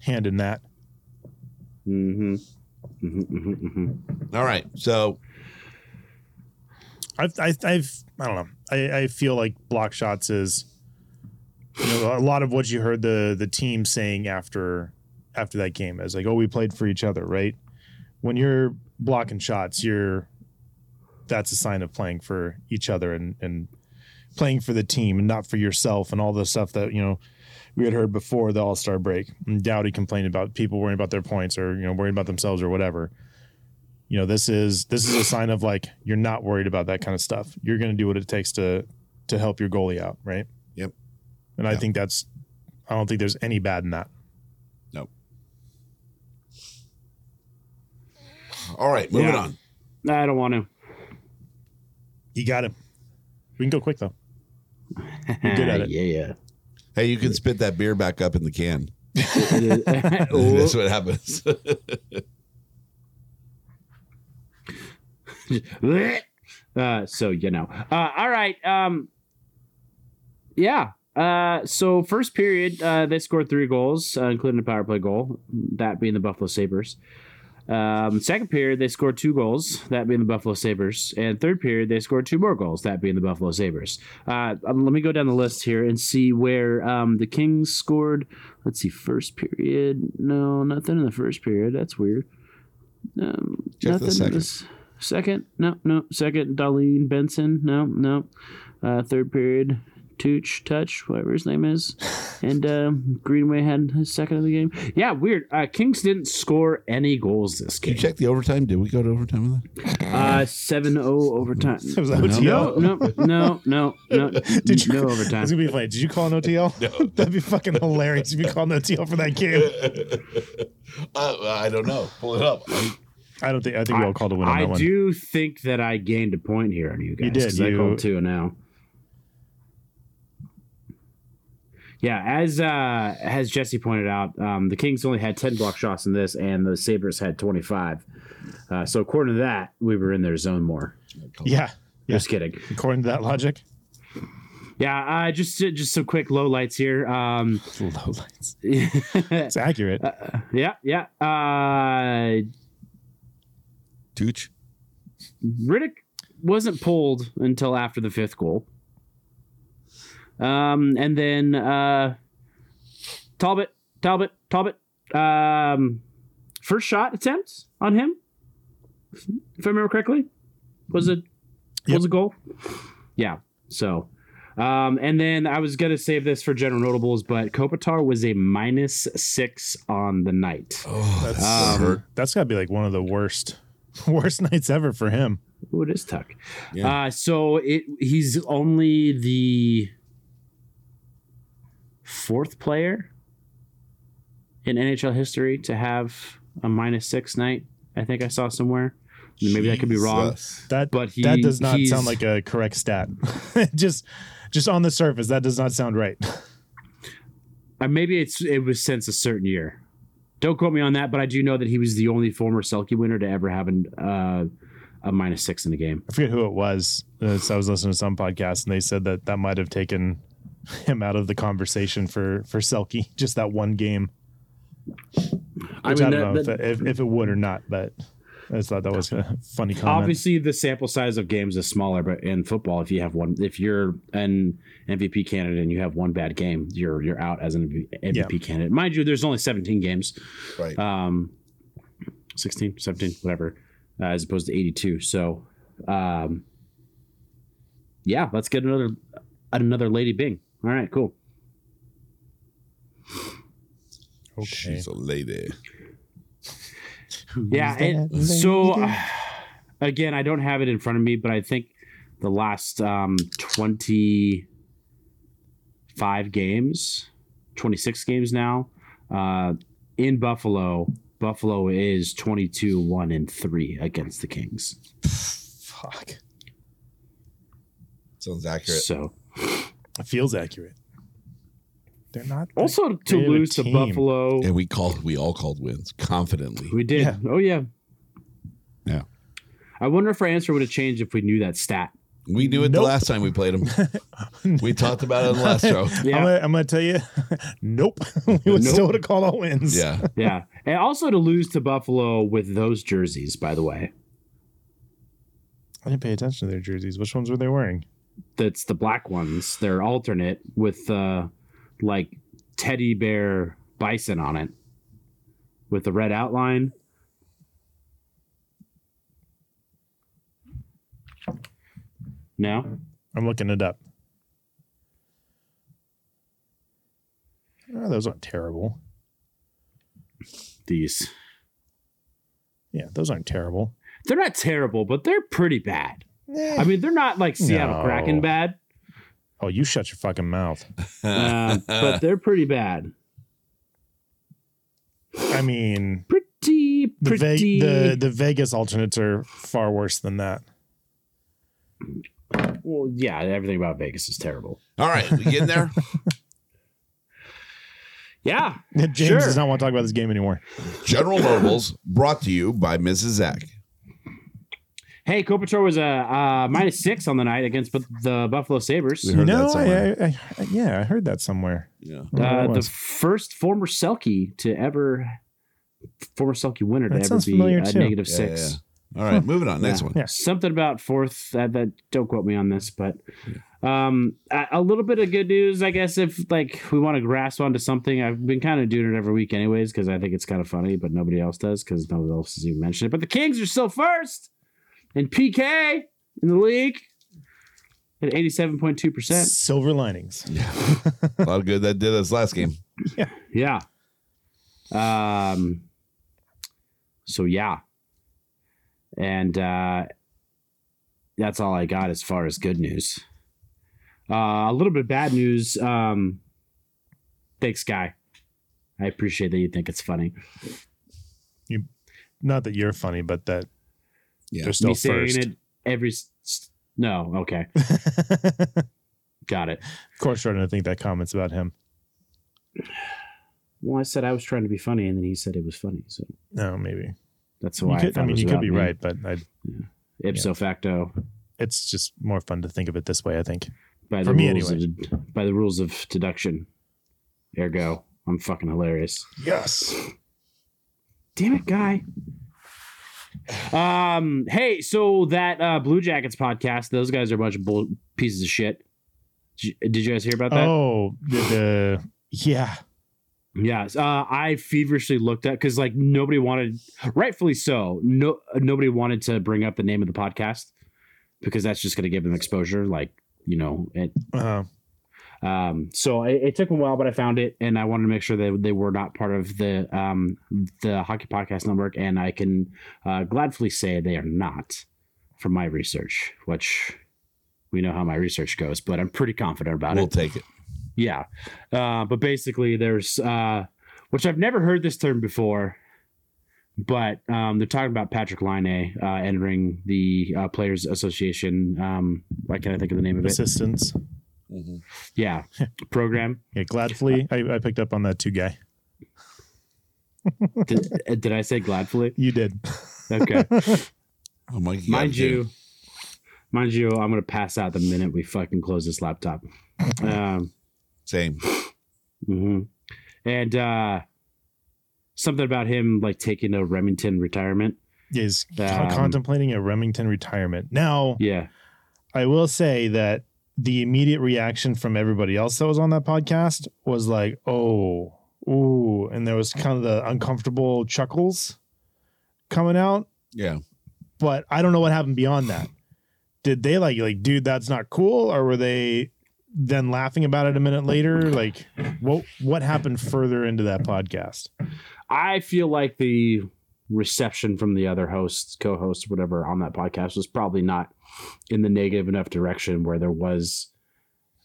Speaker 2: hand in that.
Speaker 5: Mm-hmm. hmm hmm hmm
Speaker 4: All right, so
Speaker 2: I've, I, I've, I don't know. I, I feel like block shots is, you know, a lot of what you heard the the team saying after after that game is like, oh, we played for each other, right? When you're blocking shots, you're that's a sign of playing for each other and and playing for the team and not for yourself and all the stuff that you know we had heard before the All Star break. And Dowdy complained about people worrying about their points or you know worrying about themselves or whatever you know this is this is a sign of like you're not worried about that kind of stuff you're going to do what it takes to to help your goalie out right
Speaker 4: Yep.
Speaker 2: and i
Speaker 4: Yeah.
Speaker 2: think that's i don't think there's any bad in that
Speaker 4: all right, moving
Speaker 5: Yeah.
Speaker 4: on.
Speaker 5: I don't want to.
Speaker 2: you got him we can go quick
Speaker 4: [laughs]
Speaker 2: though You're good at it.
Speaker 5: yeah, [laughs] yeah.
Speaker 4: Hey, you can spit that beer back up in the can. [laughs]
Speaker 2: [laughs]
Speaker 5: [laughs] Ooh.
Speaker 4: That's what happens. [laughs]
Speaker 5: uh, so you know. Uh, all right. Um, yeah. Uh, so first period, uh, they scored three goals, uh, including a power play goal, that being the Buffalo Sabers. Um, second period, they scored two goals, that being the Buffalo Sabers, and third period, they scored two more goals, that being the Buffalo Sabers. Uh, um, let me go down the list here and see where um, the Kings scored. Let's see, first period, no, nothing in the first period. That's weird. Um,
Speaker 4: Check the
Speaker 5: nothing in
Speaker 4: second.
Speaker 5: this- Second, no, no. Second, Darlene Benson, no, no. Uh, third period, Tooch Touch, whatever his name is, and um, Greenway had his second of the game. Yeah, weird. Uh, Kings didn't score any goals this
Speaker 4: Did you
Speaker 5: game.
Speaker 4: check the overtime? Did we go to overtime with that?
Speaker 5: Uh, 7
Speaker 2: [laughs]
Speaker 5: overtime.
Speaker 2: was OTL.
Speaker 5: No, no, no,
Speaker 2: [laughs]
Speaker 5: no, no.
Speaker 2: Did you, [laughs]
Speaker 5: no
Speaker 2: It's
Speaker 5: overtime.
Speaker 2: gonna be funny. Did you call an OTL? No. [laughs] That'd be fucking hilarious if you called an OTL for that game.
Speaker 4: Uh, [laughs] I don't know. Pull it up.
Speaker 2: I don't think. I think we all called a win on
Speaker 5: I
Speaker 2: that one.
Speaker 5: do think that I gained a point here on you guys.
Speaker 2: did,
Speaker 5: 'cause
Speaker 2: you-
Speaker 5: I called two oh. now. Yeah, as uh, as Jesse pointed out, um, the Kings only had ten block shots in this, and the Sabers had twenty five. Uh, so according to that, we were in their zone more.
Speaker 2: Yeah. Yeah.
Speaker 5: Just kidding.
Speaker 2: According to that logic.
Speaker 5: Yeah, uh, just just some quick lowlights here. Um, [laughs]
Speaker 2: Low lights. It's accurate.
Speaker 5: Yeah, yeah. Uh,
Speaker 6: Tooch.
Speaker 5: Riddick wasn't pulled until after the fifth goal. Um, and then uh, Talbot, Talbot, Talbot. Um, first shot attempt on him, if I remember correctly, was it was a goal. Yeah. So, um, and then I was gonna save this for general notables, but Kopitar was a minus six on the night.
Speaker 2: That's, that's got to be like one of the worst, [laughs] worst nights ever for him.
Speaker 5: Ooh, it is Tuck. Uh, so it he's only the fourth player in NHL history to have a minus six night. I think I saw somewhere. Maybe that could be wrong.
Speaker 4: Jesus.
Speaker 2: That
Speaker 5: But he-
Speaker 2: that does not
Speaker 5: he's-
Speaker 2: sound like a correct stat. [laughs] just, just on the surface, that does not sound right.
Speaker 5: Uh, maybe it's it was since a certain year. Don't quote me on that, but I do know that he was the only former Selkie winner to ever have an, uh, a minus six in the game.
Speaker 2: I forget who it was. Uh, so I was listening to some podcast, and they said that that might have taken him out of the conversation for for Selkie. Just that one game. Which I,
Speaker 5: mean, that-
Speaker 2: don't know
Speaker 5: that-
Speaker 2: if, if, if it would or not, but I just thought that was a funny comment.
Speaker 5: Obviously, the sample size of games is smaller, but in football, if you have one, if you're an MVP candidate and you have one bad game, you're you're out as an MVP candidate. Mind you, there's only 17 games,
Speaker 4: Right.
Speaker 5: um, 16, 17, whatever, uh, as opposed to 82. So, um, yeah, let's get another another Lady Bing. All right, cool.
Speaker 2: okay.
Speaker 4: She's a lady.
Speaker 5: yeah it- so uh, [sighs] again i don't have it in front of me but i think the last um 25 games 26 games now uh in buffalo buffalo is 22 1 and 3 against the kings
Speaker 2: Fuck.
Speaker 4: Sounds accurate.
Speaker 5: so
Speaker 2: It feels accurate. They're not
Speaker 5: also to
Speaker 2: They're a
Speaker 5: lose to
Speaker 2: team.
Speaker 5: buffalo
Speaker 4: And we called, we all called wins confidently.
Speaker 5: we did
Speaker 2: Yeah.
Speaker 5: oh yeah
Speaker 4: Yeah.
Speaker 5: i wonder if our answer would have changed if we knew that
Speaker 2: [laughs]
Speaker 5: stat
Speaker 4: We knew it the
Speaker 2: Nope.
Speaker 4: last time we played
Speaker 2: [laughs]
Speaker 4: them. we talked about it in the last show.
Speaker 5: yeah
Speaker 2: I'm, gonna, I'm gonna tell you, [laughs] nope. we would
Speaker 5: Nope.
Speaker 2: still would have called all wins.
Speaker 4: Yeah.
Speaker 5: yeah. And also to lose to Buffalo with those jerseys, by the way.
Speaker 2: I didn't pay attention to their jerseys. Which ones were they wearing?
Speaker 5: That's the black ones. They're alternate with uh like teddy bear bison on it with the red outline. No?
Speaker 2: I'm looking it up. Oh, those aren't terrible.
Speaker 5: These.
Speaker 2: Yeah, those aren't terrible.
Speaker 5: They're not terrible, but they're pretty bad. I mean, they're not like Seattle
Speaker 2: No.
Speaker 5: Kraken bad,
Speaker 2: Oh, you shut your fucking mouth.
Speaker 5: uh, but they're pretty bad.
Speaker 2: I mean,
Speaker 5: Pretty,
Speaker 2: the, Ve-
Speaker 5: pretty.
Speaker 2: the the Vegas alternates are far worse than that. [laughs]
Speaker 5: well, yeah, everything about Vegas is terrible.
Speaker 4: All right. We getting there?
Speaker 5: Yeah,
Speaker 2: James
Speaker 5: Sure.
Speaker 2: does not want to talk about this game anymore.
Speaker 4: General Nobles brought to you by Mrs. Zach.
Speaker 5: Hey, Kopitar was a uh, minus six on the night against bu- the Buffalo Sabers.
Speaker 4: We heard
Speaker 2: no,
Speaker 4: that somewhere.
Speaker 2: I, I, I, yeah, I heard that somewhere.
Speaker 4: Yeah.
Speaker 2: I don't know where
Speaker 5: Uh,
Speaker 2: it
Speaker 5: the
Speaker 2: was.
Speaker 5: first former Selkie to ever, former Selkie winner to
Speaker 2: That
Speaker 5: ever
Speaker 2: sounds
Speaker 5: be
Speaker 2: familiar
Speaker 5: a
Speaker 2: too.
Speaker 5: negative
Speaker 4: Yeah,
Speaker 5: six.
Speaker 4: All right. Moving on. Next
Speaker 5: Yeah.
Speaker 4: one.
Speaker 2: Yeah.
Speaker 5: Something about fourth. That, that don't quote me on this, but um, a, a little bit of good news, I guess. If like we want to grasp onto something, I've been kind of doing it every week, anyways, because I think it's kind of funny, but nobody else does because nobody else has even mentioned it. But the Kings are still first in PK in the league at eighty-seven point two percent.
Speaker 2: silver linings.
Speaker 4: A lot of good that did us last game.
Speaker 5: Yeah. Um. So yeah. And uh, that's all I got as far as good news. Uh, a little bit of bad news. Um, thanks, guy. I appreciate that you think it's funny.
Speaker 2: Not that you're funny, but that
Speaker 4: Yeah.
Speaker 2: they're still
Speaker 5: Me saying
Speaker 2: first.
Speaker 5: it every. s- s- No, okay,
Speaker 2: [laughs] of
Speaker 5: got it.
Speaker 2: course, Jordan. I think that comments about him.
Speaker 5: Well, I said I was trying to be funny, and then he said it was funny. So
Speaker 2: No, Oh, maybe.
Speaker 5: that's
Speaker 2: You
Speaker 5: why.
Speaker 2: could,
Speaker 5: I,
Speaker 2: I, mean, you could be
Speaker 5: right.
Speaker 2: right, but I,
Speaker 5: Ipso facto,
Speaker 2: it's just more fun to think of it this way. I think.
Speaker 5: by
Speaker 2: For
Speaker 5: the
Speaker 2: me,
Speaker 5: rules of, by the rules of deduction. Ergo, I'm fucking hilarious.
Speaker 2: Yes.
Speaker 5: Damn it, guy. Um, hey, so that uh, Blue Jackets podcast, those guys are a bunch of bull- pieces of shit. Did you, did you guys hear about that?
Speaker 2: Oh, the, the yeah.
Speaker 5: Yes, uh, I feverishly looked at because like nobody wanted, rightfully so. No, nobody wanted to bring up the name of the podcast because that's just going to give them exposure. Like you know, it,
Speaker 2: Uh,
Speaker 5: um, so it, it took a while, but I found it, and I wanted to make sure that they were not part of the um, the Hockey Podcast Network, and I can uh, gladfully say they are not, from my research, which we know how my research goes, but I'm pretty confident about
Speaker 4: We'll
Speaker 5: it.
Speaker 4: take it.
Speaker 5: Yeah. Uh, but basically, there's, uh, which I've never heard this term before, but um, they're talking about Patrick Line uh, entering the uh, Players Association. Um, why can't I think of the name of it?
Speaker 2: assistance.
Speaker 5: Yeah. Program.
Speaker 2: Yeah, gladfully. I, I picked up on that too, guy.
Speaker 5: Did, uh, did I say gladfully?
Speaker 2: You [laughs] did.
Speaker 5: Okay.
Speaker 4: Oh my God,
Speaker 5: Mind
Speaker 4: dude.
Speaker 5: you, mind you, I'm going to pass out the minute we fucking close this laptop. Um,
Speaker 4: Same.
Speaker 5: hmm And uh, something about him like taking a Remington retirement.
Speaker 2: Is
Speaker 5: Um,
Speaker 2: contemplating a Remington retirement. Now,
Speaker 5: Yeah.
Speaker 2: I will say that the immediate reaction from everybody else that was on that podcast was like, oh, ooh. And there was kind of the uncomfortable chuckles coming out.
Speaker 4: Yeah.
Speaker 2: But I don't know what happened beyond that. Did they like, like, dude, that's not cool? Or were they then laughing about it a minute later? Like, what what happened further into that podcast?
Speaker 5: I feel like the reception from the other hosts, co-hosts, whatever on that podcast was probably not in the negative enough direction where there was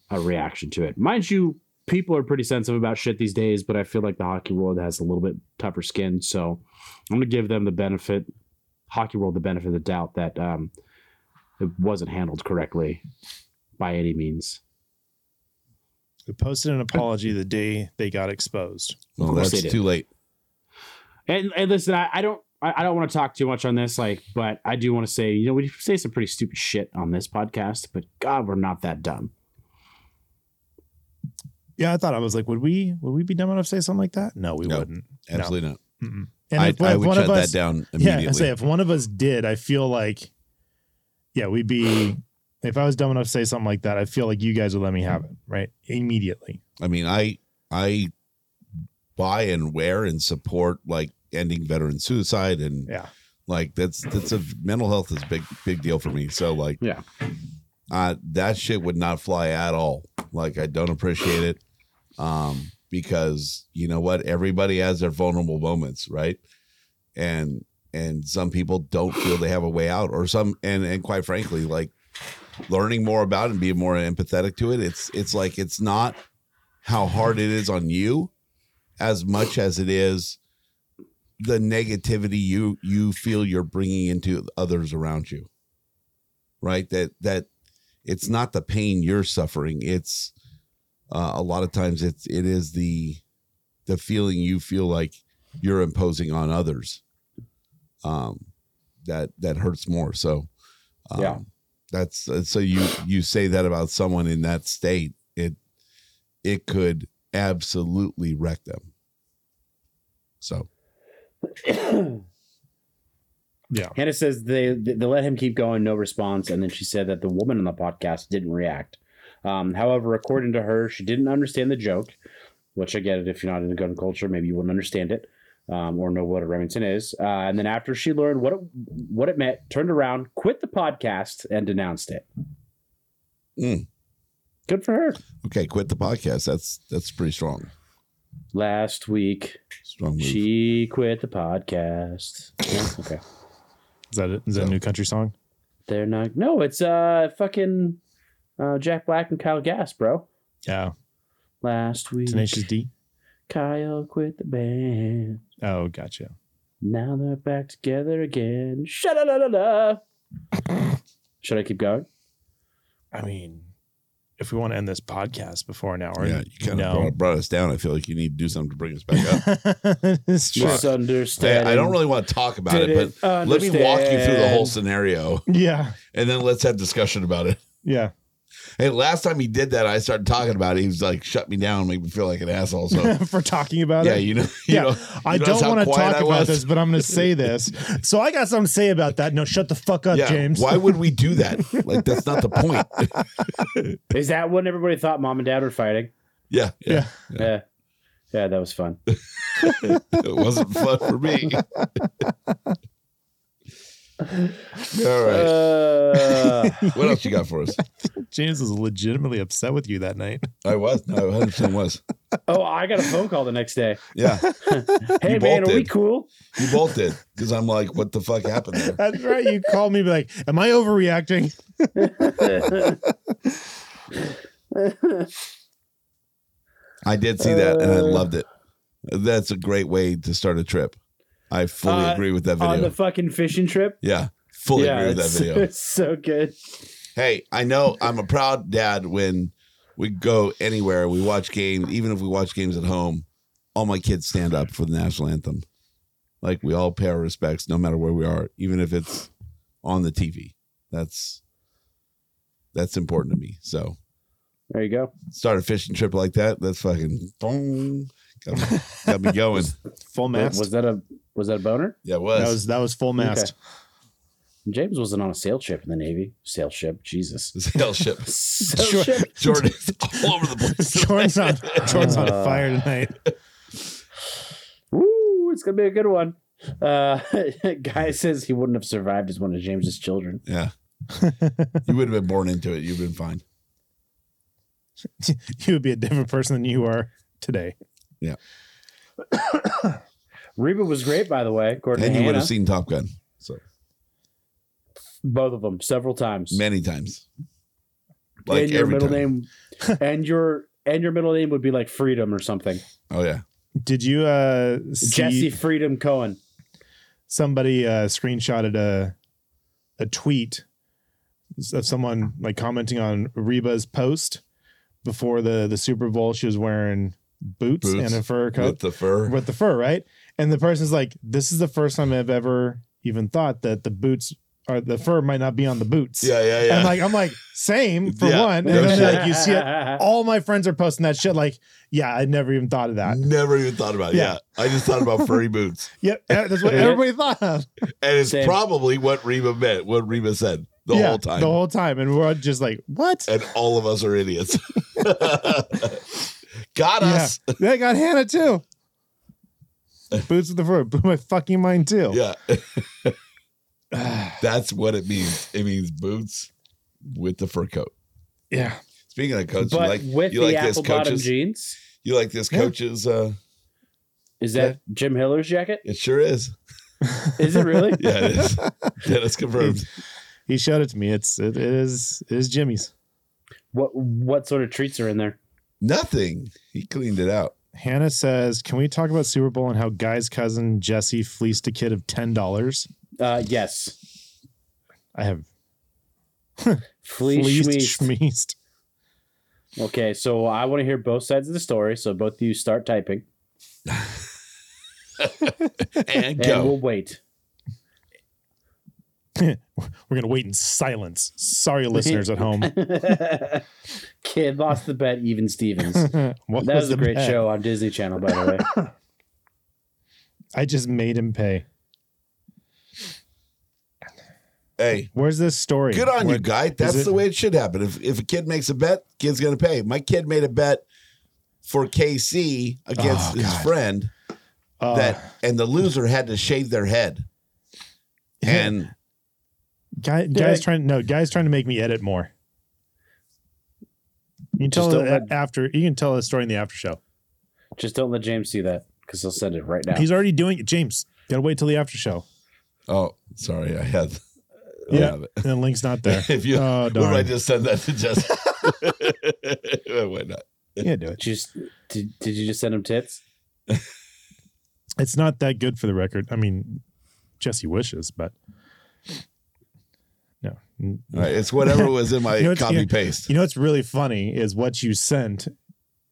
Speaker 5: a reaction to it. Mind you, people are pretty sensitive about shit these days, but I feel like the hockey world has a little bit tougher skin. So I'm going to give them the benefit, hockey world, the benefit of the doubt that um, it wasn't handled correctly by any means.
Speaker 2: We posted an apology the day they got exposed.
Speaker 4: Well,
Speaker 5: course
Speaker 4: that's
Speaker 5: they did.
Speaker 4: too late.
Speaker 5: And, and listen, I, I don't I, I don't want to talk too much on this, like, but I do want to say, you know, we say some pretty stupid shit on this podcast, but God, we're not that dumb.
Speaker 2: Yeah, I thought I was like, would we would we be dumb enough to say something like that? No, we
Speaker 4: No.
Speaker 2: wouldn't. No.
Speaker 4: Absolutely not.
Speaker 2: Mm-mm. And
Speaker 4: I,
Speaker 2: if,
Speaker 4: I
Speaker 2: if
Speaker 4: would
Speaker 2: one
Speaker 4: shut
Speaker 2: of us,
Speaker 4: that down
Speaker 2: yeah, I
Speaker 4: immediately.
Speaker 2: say if one of us did, I feel like, yeah, we'd be. If I was dumb enough to say something like that, I feel like you guys would let me have it right immediately.
Speaker 4: I mean, I I buy and wear and support like ending veteran suicide and
Speaker 2: Yeah.
Speaker 4: like that's that's a mental health is a big big deal for me. So like
Speaker 5: Yeah.
Speaker 4: uh that shit would not fly at all. Like I don't appreciate it. Um because you know what? Everybody has their vulnerable moments, right? And and some people don't feel they have a way out or some and and quite frankly like learning more about it and being more empathetic to it it's it's like it's not how hard it is on you as much as it is the negativity you you feel you're bringing into others around you right that that it's not the pain you're suffering it's uh, a lot of times it's it is the the feeling you feel like you're imposing on others um that that hurts more so um,
Speaker 5: Yeah.
Speaker 4: that's uh, so you you say that about someone in that state it it could absolutely wreck them so
Speaker 2: Yeah,
Speaker 5: [clears throat] Hannah says they they let him keep going, no response, and then she said that the woman on the podcast didn't react. Um, however, according to her, she didn't understand the joke, which I get it. If you're not in the gun culture, maybe you wouldn't understand it um, or know what a Remington is. Uh, and then after she learned what it, what it meant, turned around, quit the podcast, and denounced it.
Speaker 4: Mm.
Speaker 5: Good for her.
Speaker 4: okay quit the podcast that's that's pretty strong
Speaker 5: Last week,
Speaker 4: strong move.
Speaker 5: she quit the podcast. Yeah, okay.
Speaker 2: is that it? Is that a new country song?
Speaker 5: They're not. No, it's uh fucking uh, Jack Black and Kyle Gass, bro.
Speaker 2: Yeah,
Speaker 5: Last week,
Speaker 2: Tenacious D.
Speaker 5: Kyle quit the band.
Speaker 2: Oh, gotcha.
Speaker 5: Now they're back together again. Shut da da da. Should I keep going?
Speaker 2: I mean, if we want to end this podcast before an hour,
Speaker 4: yeah you kind of
Speaker 2: no.
Speaker 4: brought, brought us down i feel like you need to do something to bring us back
Speaker 2: [laughs]
Speaker 4: up
Speaker 2: it's true.
Speaker 5: Misunderstanding.
Speaker 4: I, I don't really want to talk about it
Speaker 5: Didn't
Speaker 4: but let me walk you through the whole
Speaker 5: understand.
Speaker 4: scenario
Speaker 2: Yeah,
Speaker 4: and then let's have discussion about it [laughs]
Speaker 2: yeah.
Speaker 4: Hey, last time he did that, I started talking about it. He was like, "Shut me down, make me feel like an asshole."
Speaker 2: [laughs]
Speaker 4: So
Speaker 2: for talking about
Speaker 4: yeah,
Speaker 2: it.
Speaker 4: you know, [laughs] you
Speaker 2: yeah,
Speaker 4: know,
Speaker 2: I
Speaker 4: you notice
Speaker 2: don't
Speaker 4: how
Speaker 2: want to
Speaker 4: quiet
Speaker 2: talk
Speaker 4: I
Speaker 2: about
Speaker 4: was?
Speaker 2: this, but I'm going to say
Speaker 4: [laughs]
Speaker 2: this. So I got something to say about that. No, shut the fuck up,
Speaker 4: yeah.
Speaker 2: James.
Speaker 4: Why would we do that? Like, that's not the point. [laughs]
Speaker 5: Is that when everybody thought mom and dad were fighting?
Speaker 4: yeah, yeah,
Speaker 2: Yeah.
Speaker 5: Yeah. yeah. that was fun.
Speaker 4: it wasn't fun for me. All right, [laughs]
Speaker 5: Uh,
Speaker 4: what else you got for us?
Speaker 2: James was legitimately upset with you that night.
Speaker 4: I was, no, I 100 percent was.
Speaker 5: oh, I got a phone call the next day.
Speaker 4: Yeah,
Speaker 5: Hey
Speaker 4: [laughs] You
Speaker 5: man, are we
Speaker 4: bolted.
Speaker 5: cool?
Speaker 4: you both did because I'm like, what the fuck happened there?
Speaker 2: [laughs] That's right. You called me be like, "Am I overreacting?"
Speaker 5: [laughs]
Speaker 4: [laughs] I did see that and I loved it. That's a great way to start a trip. I fully
Speaker 5: Uh,
Speaker 4: agree with that
Speaker 5: On
Speaker 4: video.
Speaker 5: the fucking fishing trip.
Speaker 4: yeah, fully
Speaker 5: yeah,
Speaker 4: agree with
Speaker 5: it's-
Speaker 4: that video.
Speaker 5: It's [laughs] so good.
Speaker 4: hey, I know I'm a proud dad when we go anywhere, we watch games, even if we watch games at home, all my kids stand up for the national anthem. Like we all pay our respects no matter where we are, even if it's on the TV. That's that's important to me. So
Speaker 5: There you go.
Speaker 4: start a fishing trip like that. That's fucking dong. Got me, got [laughs] me going.
Speaker 2: Full mast.
Speaker 5: Was that a was that a boner?
Speaker 4: Yeah, it
Speaker 2: that
Speaker 4: was.
Speaker 2: was that was full mast.
Speaker 5: James wasn't on a sail ship in the Navy. Sail ship,
Speaker 4: [laughs]
Speaker 5: Jesus.
Speaker 4: This [laughs] hell ship.
Speaker 5: Sail
Speaker 2: Sure.
Speaker 5: ship.
Speaker 4: Jordan is all over the place.
Speaker 2: [laughs]
Speaker 4: [laughs]
Speaker 2: Jordan's on Jordan's on fire tonight. [laughs]
Speaker 5: Woo! It's gonna be a good one. Uh, [laughs] guy says he wouldn't have survived as one of James's children.
Speaker 4: Yeah. You would have been born into it. You've been fine.
Speaker 2: You would be a different person than you are today.
Speaker 5: Reba was great, by the way. According
Speaker 4: And
Speaker 5: to
Speaker 4: you would
Speaker 5: Hannah,
Speaker 4: have seen Top Gun. So
Speaker 5: both of them several times.
Speaker 4: many times.
Speaker 5: and your
Speaker 4: every
Speaker 5: middle
Speaker 4: time. [laughs]
Speaker 5: name, and your and your middle name would be like Freedom or something.
Speaker 4: Oh yeah.
Speaker 2: Did you uh see
Speaker 5: Jesse Freedom Cohen.
Speaker 2: somebody uh screenshotted a a tweet of someone like commenting on Reba's post before the the Super Bowl she was wearing boots,
Speaker 4: Boots
Speaker 2: and a fur coat
Speaker 4: With the fur.
Speaker 2: with the fur, right? And the person's like, "This is the first time I've ever even thought that the boots or the fur might not be on the boots."
Speaker 4: yeah, yeah,
Speaker 5: [laughs]
Speaker 4: yeah.
Speaker 2: And like, I'm like, same for
Speaker 4: Yeah,
Speaker 2: one. And
Speaker 4: no
Speaker 2: then
Speaker 4: shit.
Speaker 2: like, you see it.
Speaker 5: [laughs]
Speaker 2: All my friends are posting that shit. Like, yeah, I never even thought of that.
Speaker 4: Never even thought about it. Yeah.
Speaker 2: Yeah.
Speaker 4: I just thought
Speaker 5: [laughs]
Speaker 4: about furry boots.
Speaker 2: Yep,
Speaker 4: [laughs]
Speaker 2: that's what
Speaker 5: Yeah.
Speaker 2: everybody thought of
Speaker 4: And it's
Speaker 5: Same.
Speaker 4: probably what Reba meant,
Speaker 5: [laughs]
Speaker 4: what Reba said the
Speaker 2: Yeah,
Speaker 4: whole time.
Speaker 2: The whole time, and we're all just like, what?
Speaker 4: and all of us are idiots. [laughs] Got
Speaker 2: Yeah,
Speaker 4: us.
Speaker 2: they got Hannah
Speaker 4: [laughs]
Speaker 2: too. Boots with the fur blew my fucking mind too.
Speaker 4: Yeah. [laughs] That's what it means. It means boots with the fur coat.
Speaker 2: [sighs] yeah.
Speaker 4: Speaking of coaches,
Speaker 5: but
Speaker 4: like
Speaker 5: with
Speaker 4: you
Speaker 5: the
Speaker 4: like this
Speaker 5: apple bottom
Speaker 4: coaches.
Speaker 5: jeans.
Speaker 4: You like this
Speaker 2: Yeah.
Speaker 4: coach's uh
Speaker 5: Is that Jim Hiller's jacket?
Speaker 4: it sure is.
Speaker 5: Is it really?
Speaker 4: [laughs] Yeah, it is. yeah, that's confirmed.
Speaker 2: He showed it to me. It's it, it is it is Jimmy's.
Speaker 5: What what sort of treats are in there?
Speaker 4: Nothing. He cleaned it out.
Speaker 2: Hannah says, "Can we talk about Super Bowl and how Guy's cousin Jesse fleeced a kid of ten dollars?"
Speaker 5: Uh, yes,
Speaker 2: I have
Speaker 5: fleece.
Speaker 2: fleeced,
Speaker 5: schmeece.
Speaker 2: schmeeced.
Speaker 5: Okay, so I want to hear both sides of the story. So both of you start typing,
Speaker 4: And
Speaker 5: [laughs] and
Speaker 4: go.
Speaker 5: we'll wait. [laughs]
Speaker 2: We're gonna wait in silence. Sorry, listeners at
Speaker 5: [laughs]
Speaker 2: home. [laughs]
Speaker 5: Kid lost the bet, even Stevens. That
Speaker 2: [laughs] What
Speaker 5: was, a
Speaker 2: the
Speaker 5: great
Speaker 2: bet?
Speaker 5: show on Disney Channel, by the way. [laughs]
Speaker 2: I just made him pay.
Speaker 4: hey,
Speaker 2: Where's this story?
Speaker 4: good on
Speaker 2: Where-
Speaker 4: you, guy. That's
Speaker 2: it-
Speaker 4: the way it should happen. If if a kid makes a bet, kid's gonna pay. My kid made a bet for KC against
Speaker 2: Oh,
Speaker 4: his
Speaker 2: God.
Speaker 4: friend
Speaker 2: Uh, [laughs]
Speaker 4: that
Speaker 5: Oh.
Speaker 4: and the loser had to shave their head. And
Speaker 2: Guy, guys trying no, guys trying to make me edit more. You can
Speaker 5: Just
Speaker 2: tell
Speaker 5: don't
Speaker 2: it
Speaker 5: let-
Speaker 2: after you can tell a story in the after show.
Speaker 5: Just don't let James see that because he'll send it right now.
Speaker 2: He's already doing it. James, gotta wait till the after show.
Speaker 4: oh, sorry, I had uh, I
Speaker 2: Yeah,
Speaker 4: have
Speaker 2: and
Speaker 4: it.
Speaker 2: the link's not
Speaker 4: [laughs]
Speaker 2: there.
Speaker 4: If you
Speaker 2: oh
Speaker 4: what if I
Speaker 2: darn,
Speaker 4: just send that to
Speaker 2: [laughs]
Speaker 4: Jess? [laughs] Why not?
Speaker 2: yeah, do it.
Speaker 5: Did you just did, did you just send him tits?
Speaker 2: It's not that good for the record. I mean, Jesse wishes, but no. You
Speaker 4: All right, it's whatever was in my
Speaker 2: You know, it's-
Speaker 4: copy
Speaker 2: you-
Speaker 4: paste.
Speaker 2: know what's really funny is what you sent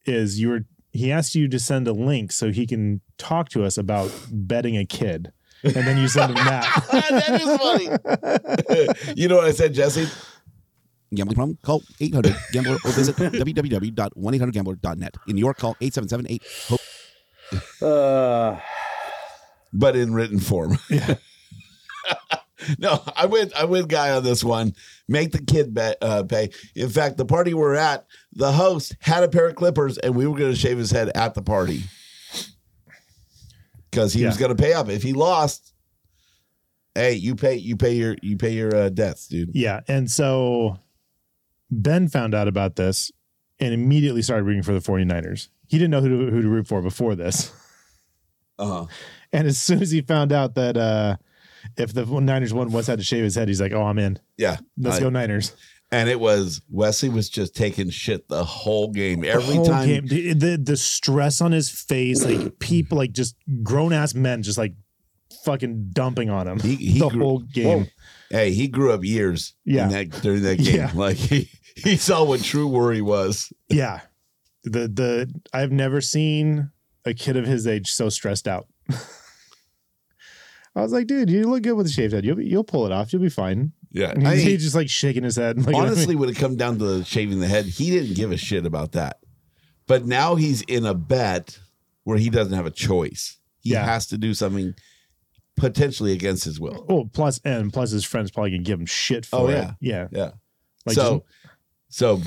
Speaker 2: is you were he asked you to send a link so he can talk to us about betting a kid, and
Speaker 4: [laughs]
Speaker 2: then you sent him that.
Speaker 4: that is funny. you know what I said, Jesse?
Speaker 3: Gambling problem? Call 800 Gambler or visit [laughs] www.1800Gambler.net. In New York, call 877 8 HOPE.
Speaker 5: Uh,
Speaker 4: but in written form. [laughs] no, I went. I went guy on this one. Make the kid be, uh, pay. In fact, the party we're at, the host had a pair of clippers, and we were going to shave his head at the party because he was
Speaker 2: Yeah.
Speaker 4: going to pay up. If he lost, hey, you pay. You pay your. You pay your uh, debts, dude.
Speaker 2: Yeah. And so Ben found out about this and immediately started rooting for the 49ers. He didn't know who to, who to root for before this.
Speaker 4: Uh-huh.
Speaker 2: And as soon as he found out that uh, if the Niners won, Wes had to shave his head, he's like, oh, I'm in.
Speaker 4: Yeah.
Speaker 2: Let's
Speaker 4: I-
Speaker 2: go Niners.
Speaker 4: And it was Wesley was just taking shit the whole game. Every
Speaker 2: Whole
Speaker 4: time
Speaker 2: game. The, the, the stress on his face,
Speaker 4: [clears throat]
Speaker 2: like people, like just grown ass men, just like fucking dumping on
Speaker 4: [laughs]
Speaker 2: him
Speaker 4: he, he
Speaker 2: the
Speaker 4: grew-
Speaker 2: whole game.
Speaker 4: Whoa. Hey, he grew up years.
Speaker 2: Yeah.
Speaker 4: In that, during that game,
Speaker 2: [laughs] Yeah.
Speaker 4: like he, [laughs] he saw what true worry was.
Speaker 2: Yeah. The the I've never seen a kid of his age so stressed out. [laughs] I was like, dude, you look good with a shaved head. You'll be, you'll pull it off. You'll be fine.
Speaker 4: Yeah.
Speaker 2: [laughs] And
Speaker 4: I
Speaker 2: he's
Speaker 4: mean,
Speaker 2: just like shaking his head. [laughs] Like,
Speaker 4: honestly, when it come down to shaving the head, he didn't give a shit about that. But now he's in a bet where he doesn't have a choice. He
Speaker 2: Yeah.
Speaker 4: has to do something potentially against his will.
Speaker 2: oh, plus and plus his friends probably can give him shit for
Speaker 4: Oh,
Speaker 2: it.
Speaker 4: yeah.
Speaker 2: Yeah.
Speaker 4: Yeah.
Speaker 2: Like
Speaker 4: so, so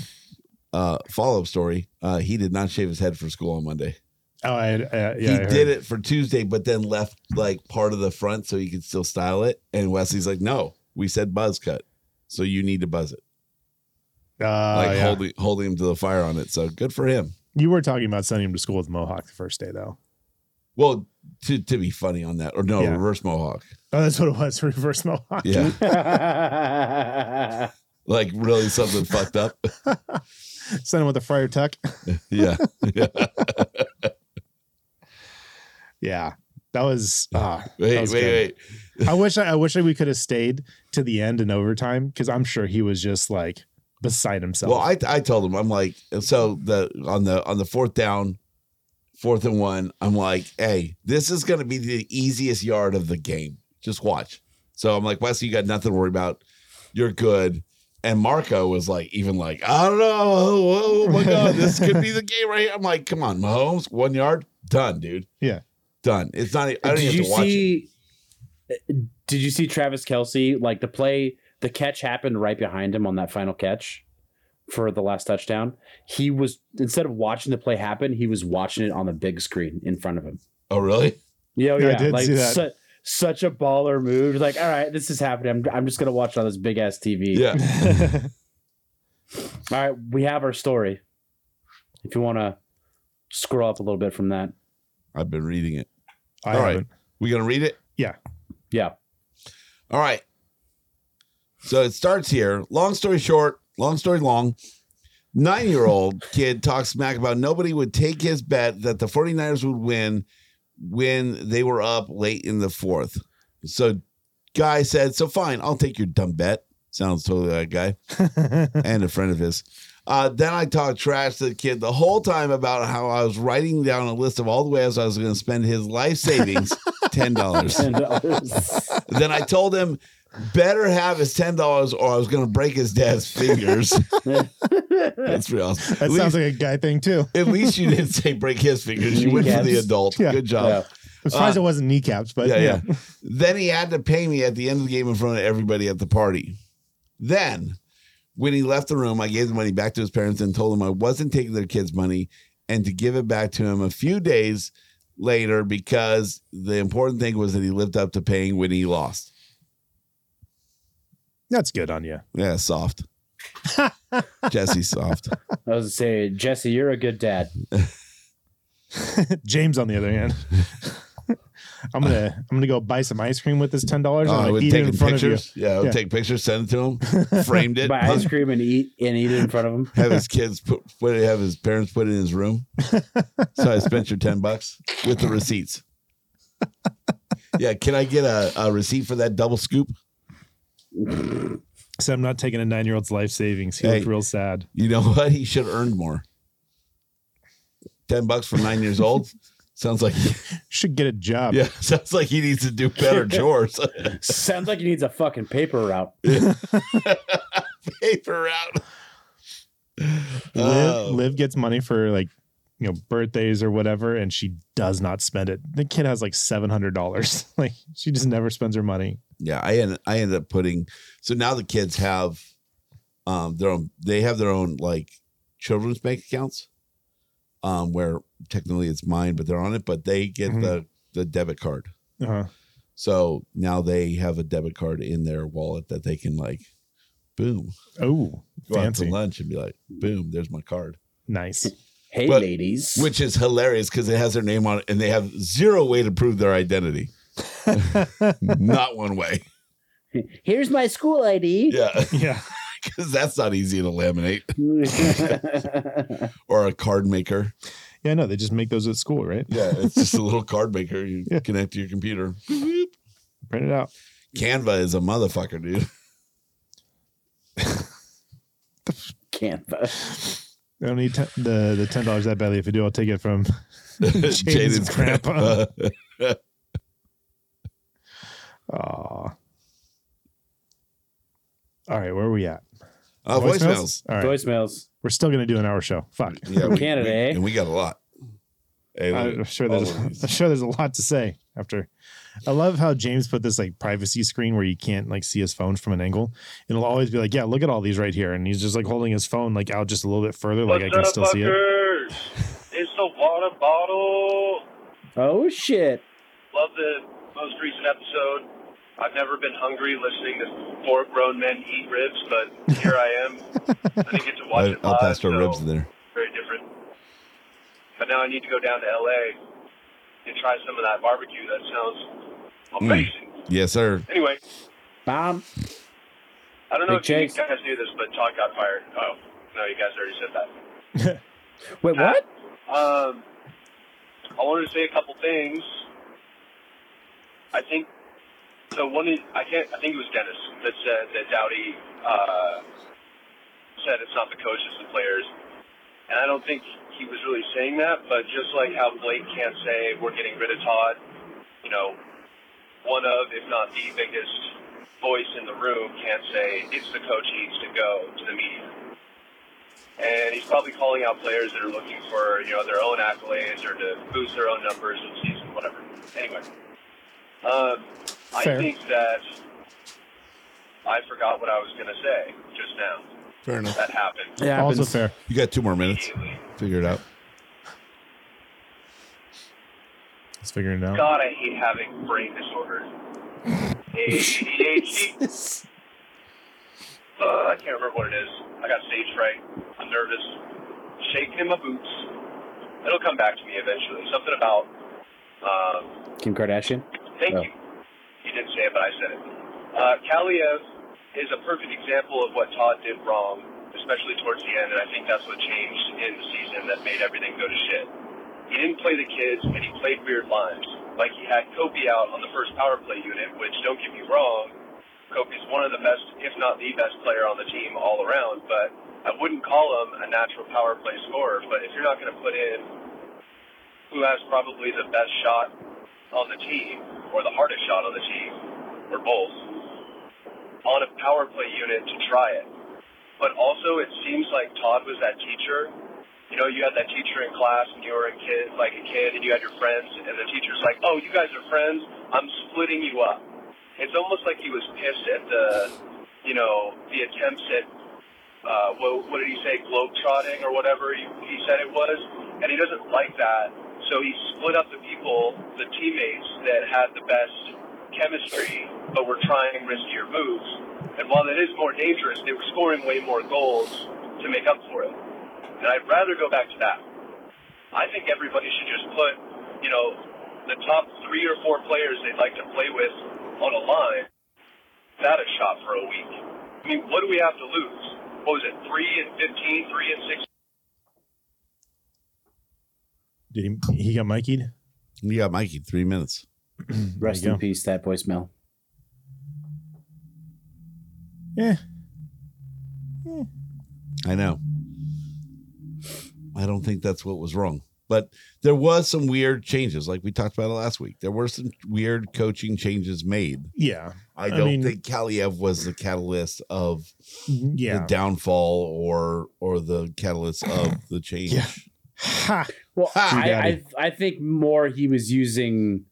Speaker 4: uh, follow up story. Uh, he did not shave his head for school on Monday.
Speaker 2: just- oh, I, I, yeah,
Speaker 4: he did it for Tuesday, but then left like part of the front so he could still style it. And Wesley's like, "No, we said buzz cut, so you need to buzz it."
Speaker 2: Uh,
Speaker 4: Like
Speaker 2: yeah.
Speaker 4: holding holding him to the fire on it. So good for him.
Speaker 2: You were talking about sending him to school with mohawk the first day, though.
Speaker 4: Well, to to be funny on that, or no,
Speaker 2: Yeah.
Speaker 4: reverse mohawk.
Speaker 2: Oh, that's what it was. [laughs] Reverse mohawk.
Speaker 5: [laughs]
Speaker 4: Yeah, [laughs] like really something fucked up. [laughs]
Speaker 2: Send him with a friar tuck. [laughs]
Speaker 4: Yeah, yeah.
Speaker 2: Yeah. That was. ah, that
Speaker 4: Wait, wait,
Speaker 2: was good.
Speaker 4: wait.
Speaker 2: I wish I, I wish I, we could have stayed to the end in overtime because I'm sure he was just like beside himself.
Speaker 4: Well, I I told him I'm like so the on the on the fourth down, fourth and one. I'm like, hey, this is going to be the easiest yard of the game. Just watch. So I'm like, Wesley, you got nothing to worry about. You're good. And Marco was like, even like, I don't know. Oh, oh
Speaker 5: [laughs]
Speaker 4: my god, this could be the game right here. I'm like, come on, Mahomes, one yard, done, dude,
Speaker 2: yeah,
Speaker 4: done. It's not. I don't
Speaker 5: did
Speaker 4: even
Speaker 5: you
Speaker 4: have to watch it.
Speaker 5: see? Did you see Travis Kelsey? Like the play, the catch happened right behind him on that final catch for the last touchdown. He was instead of watching the play happen, he was watching it on the big screen in front of him. [laughs]
Speaker 4: Oh, really?
Speaker 5: Yeah, oh,
Speaker 2: Yeah, I
Speaker 5: yeah,
Speaker 2: did
Speaker 5: like
Speaker 2: see that.
Speaker 5: Su- such a baller move. Like, all right, this is happening. I'm, I'm just gonna watch it on this big ass TV.
Speaker 4: Yeah.
Speaker 5: All right, we have our story. If you want to scroll up a little bit from that, [laughs]
Speaker 4: I've been reading it.
Speaker 2: [laughs] I
Speaker 4: All right.
Speaker 2: haven't.
Speaker 4: We gonna read it?
Speaker 2: Yeah,
Speaker 5: yeah,
Speaker 4: All right. So it starts here. Long story short, long story long. Nine year old [laughs] kid talks smack about nobody would take his bet that the 49ers would win when they were up late in the fourth. So guy said, So fine, I'll take your dumb bet. Sounds totally like a guy and a friend of his. Uh, then I talked trash to the kid the whole time about how I was writing down a list of all the ways I was going to spend his life savings $10.
Speaker 5: ten dollars.
Speaker 4: Then I told him, better have his ten dollars, or I was going to break his dad's fingers. That's real. Awesome.
Speaker 2: that
Speaker 4: at, least,
Speaker 2: sounds like a guy thing too.
Speaker 4: at least you didn't say break his fingers. You went for the
Speaker 5: Kneecaps.
Speaker 4: adult.
Speaker 2: Yeah.
Speaker 4: Good job.
Speaker 5: yeah.
Speaker 2: As far as it wasn't kneecaps, but
Speaker 4: Uh, Yeah,
Speaker 2: yeah,
Speaker 4: yeah. then he had to pay me at the end of the game in front of everybody at the party. Then, when he left the room, I gave the money back to his parents and told them I wasn't taking their kids' money and to give it back to him a few days later because the important thing was that he lived up to paying when he lost.
Speaker 2: that's good on you.
Speaker 4: Yeah,
Speaker 2: [laughs]
Speaker 4: soft. Jesse soft.
Speaker 5: I was gonna say, Jesse, you're a good dad.
Speaker 2: James, on the other hand, [laughs] I'm gonna I'm gonna go buy some ice cream with this ten dollars.
Speaker 4: Oh, I
Speaker 2: I'm
Speaker 4: would
Speaker 2: gonna eat it
Speaker 4: take
Speaker 2: in front
Speaker 4: pictures.
Speaker 2: of
Speaker 4: Yeah, I would
Speaker 2: Yeah.
Speaker 4: take pictures, send it to him, framed
Speaker 5: [laughs]
Speaker 4: it,
Speaker 5: Buy ice cream and eat and eat it in front
Speaker 7: [laughs]
Speaker 5: of him.
Speaker 4: have his kids put, put it, have his parents put it in his
Speaker 2: [laughs]
Speaker 4: room. so I spent your ten bucks with the receipts. Yeah, can I get a, a receipt for that double scoop?
Speaker 2: you. So I'm not taking a nine year old's life savings. He
Speaker 4: Hey.
Speaker 2: looked real sad.
Speaker 4: You know what? He should have earned more. Ten bucks for nine years old
Speaker 2: [laughs]
Speaker 4: sounds like
Speaker 2: Should get a job.
Speaker 4: yeah, [laughs] sounds like he
Speaker 2: [laughs]
Speaker 4: needs to do better chores.
Speaker 5: Sounds like he needs a fucking paper route.
Speaker 4: [laughs] paper Oh. out.
Speaker 2: Liv, Liv gets money for like you know birthdays or whatever, and she does not spend it. The kid has like seven hundred dollars. [laughs] Like she just never spends her money.
Speaker 4: yeah i end, i ended up putting so now the kids have um their own they have their own like children's bank accounts um where technically it's mine but they're on it but they get
Speaker 2: Mhm.
Speaker 4: the the debit card
Speaker 2: Uh-huh.
Speaker 4: so now they have a debit card in their wallet that they can like boom
Speaker 2: Oh,
Speaker 4: go out
Speaker 2: fancy,
Speaker 4: to lunch and be like boom there's my card
Speaker 2: nice.
Speaker 7: Hey,
Speaker 4: But-
Speaker 7: ladies.
Speaker 4: which is hilarious because it has their name on it and they have zero way to prove their
Speaker 2: [laughs]
Speaker 4: identity not one way
Speaker 7: [laughs] Here's my school ID.
Speaker 4: yeah [laughs]
Speaker 2: Yeah,
Speaker 4: because that's not easy to laminate or a card maker.
Speaker 2: yeah. No, they just make those at school, right?
Speaker 4: Yeah, it's [laughs] just a little card maker you
Speaker 2: Yeah.
Speaker 4: connect to your computer.
Speaker 2: Print it out.
Speaker 4: Canva is a motherfucker, dude.
Speaker 7: [laughs]
Speaker 4: [laughs]
Speaker 7: Canva.
Speaker 2: I don't need te- the the ten dollars that badly. If I do, I'll take it from. Jaden's
Speaker 4: [laughs]
Speaker 2: grandpa. Aw. All right, where are we at?
Speaker 4: Uh, voicemails.
Speaker 2: All right,
Speaker 7: Voicemails.
Speaker 2: we're still gonna do an hour show. Fuck.
Speaker 4: Yeah,
Speaker 7: From Canada,
Speaker 4: we,
Speaker 7: eh?
Speaker 4: and we got a lot. Hey, look, Oh,
Speaker 2: I'm sure
Speaker 4: all
Speaker 2: there's
Speaker 4: of these.
Speaker 2: [laughs] I'm sure there's a lot to say after. I love how James put this like privacy screen where you can't like see his phone from an angle. And it'll always be like, yeah, look at all these right here, and he's just like holding his phone like out just a little bit further, like I can still see it.
Speaker 8: fuckers? It's the water bottle.
Speaker 7: Oh, shit.
Speaker 8: Love the most recent episode. I've never been hungry listening to four grown men eat ribs, but here I
Speaker 4: [laughs]
Speaker 8: am. I didn't get to watch
Speaker 4: I,
Speaker 8: it
Speaker 4: I'll
Speaker 8: live,
Speaker 4: pass her
Speaker 8: so
Speaker 4: ribs in there.
Speaker 8: Very different. But now I need to go down to LA and try some of that barbecue. That sounds
Speaker 4: Mm.
Speaker 8: amazing.
Speaker 4: Yes, sir.
Speaker 8: Anyway,
Speaker 7: Bomb.
Speaker 8: I don't know
Speaker 7: Big
Speaker 8: if you
Speaker 7: Jakes.
Speaker 8: guys knew this, but Todd got fired. Oh no, you guys already said that.
Speaker 7: Wait, what?
Speaker 8: Um, I wanted to say a couple things. I think so. One, is- I can't. I think it was Dennis that said that Dowdy uh, said it's not the coaches, it's the players, and I don't think he was really saying that. But just like how Blake can't say we're getting rid of Todd, you know, one of, if not the biggest voice in the room can't say it's the coach he needs to go to the media and he's probably calling out players that are looking for you know their own accolades or to boost their own numbers in the season, whatever. Anyway, um, I
Speaker 2: Fair.
Speaker 8: think that I forgot what I was going to say just now.
Speaker 4: Fair enough.
Speaker 8: That happened.
Speaker 7: Yeah,
Speaker 2: Also fair.
Speaker 4: You got two more minutes. Figure it out.
Speaker 2: Let's figure it out.
Speaker 8: God, I hate having brain disorder.
Speaker 7: [laughs]
Speaker 8: ADHD. uh, I can't remember what it is. I got stage fright. I'm nervous. Shaking in my boots. It'll come back to me eventually. Something about um,
Speaker 7: Kim Kardashian.
Speaker 8: Thank
Speaker 7: Oh.
Speaker 8: you. You didn't say it, but I said it. Uh, Kaliev is a perfect example of what Todd did wrong, especially towards the end, and I think that's what changed in the season that made everything go to shit. He didn't play the kids, and he played weird lines. Like he had Kopi out on the first power play unit, which, don't get me wrong, Kopi's one of the best, if not the best player on the team all around, but I wouldn't call him a natural power play scorer, but if you're not going to put in who has probably the best shot on the team or the hardest shot on the team or both on a power play unit to try it. But also, it seems like Todd was that teacher. You know, you had that teacher in class and you were a kid, like a kid, and you had your friends, and the teacher's like, oh, you guys are friends. I'm splitting you up. It's almost like he was pissed at the, you know, the attempts at uh, what, what did he say, globetrotting or whatever he, he said it was, and he doesn't like that. So he split up the people, the teammates that had the best chemistry, but were trying riskier moves. And while that is more dangerous, they were scoring way more goals to make up for it. And I'd rather go back to that. I think everybody should just put, you know, the top three or four players they'd like to play with on a line that a shot for a week. I mean, what do we have to lose? What was it, 3 and 15, 3 and 6?
Speaker 2: Did he he got mikeyed?
Speaker 4: You got Mikey three minutes.
Speaker 7: Rest
Speaker 2: you
Speaker 7: in
Speaker 2: go.
Speaker 7: peace, that voicemail.
Speaker 2: Yeah.
Speaker 4: I know. I don't think that's what was wrong. But there was some weird changes, like we talked about it last week. There were some weird coaching changes made.
Speaker 2: Yeah.
Speaker 4: I
Speaker 2: I
Speaker 4: don't
Speaker 2: mean-
Speaker 4: think Kaliev was the catalyst of
Speaker 2: Yeah.
Speaker 4: the downfall or or the catalyst of the change. Yeah.
Speaker 5: Well, I,
Speaker 4: Daddy.
Speaker 5: I, I think more he was using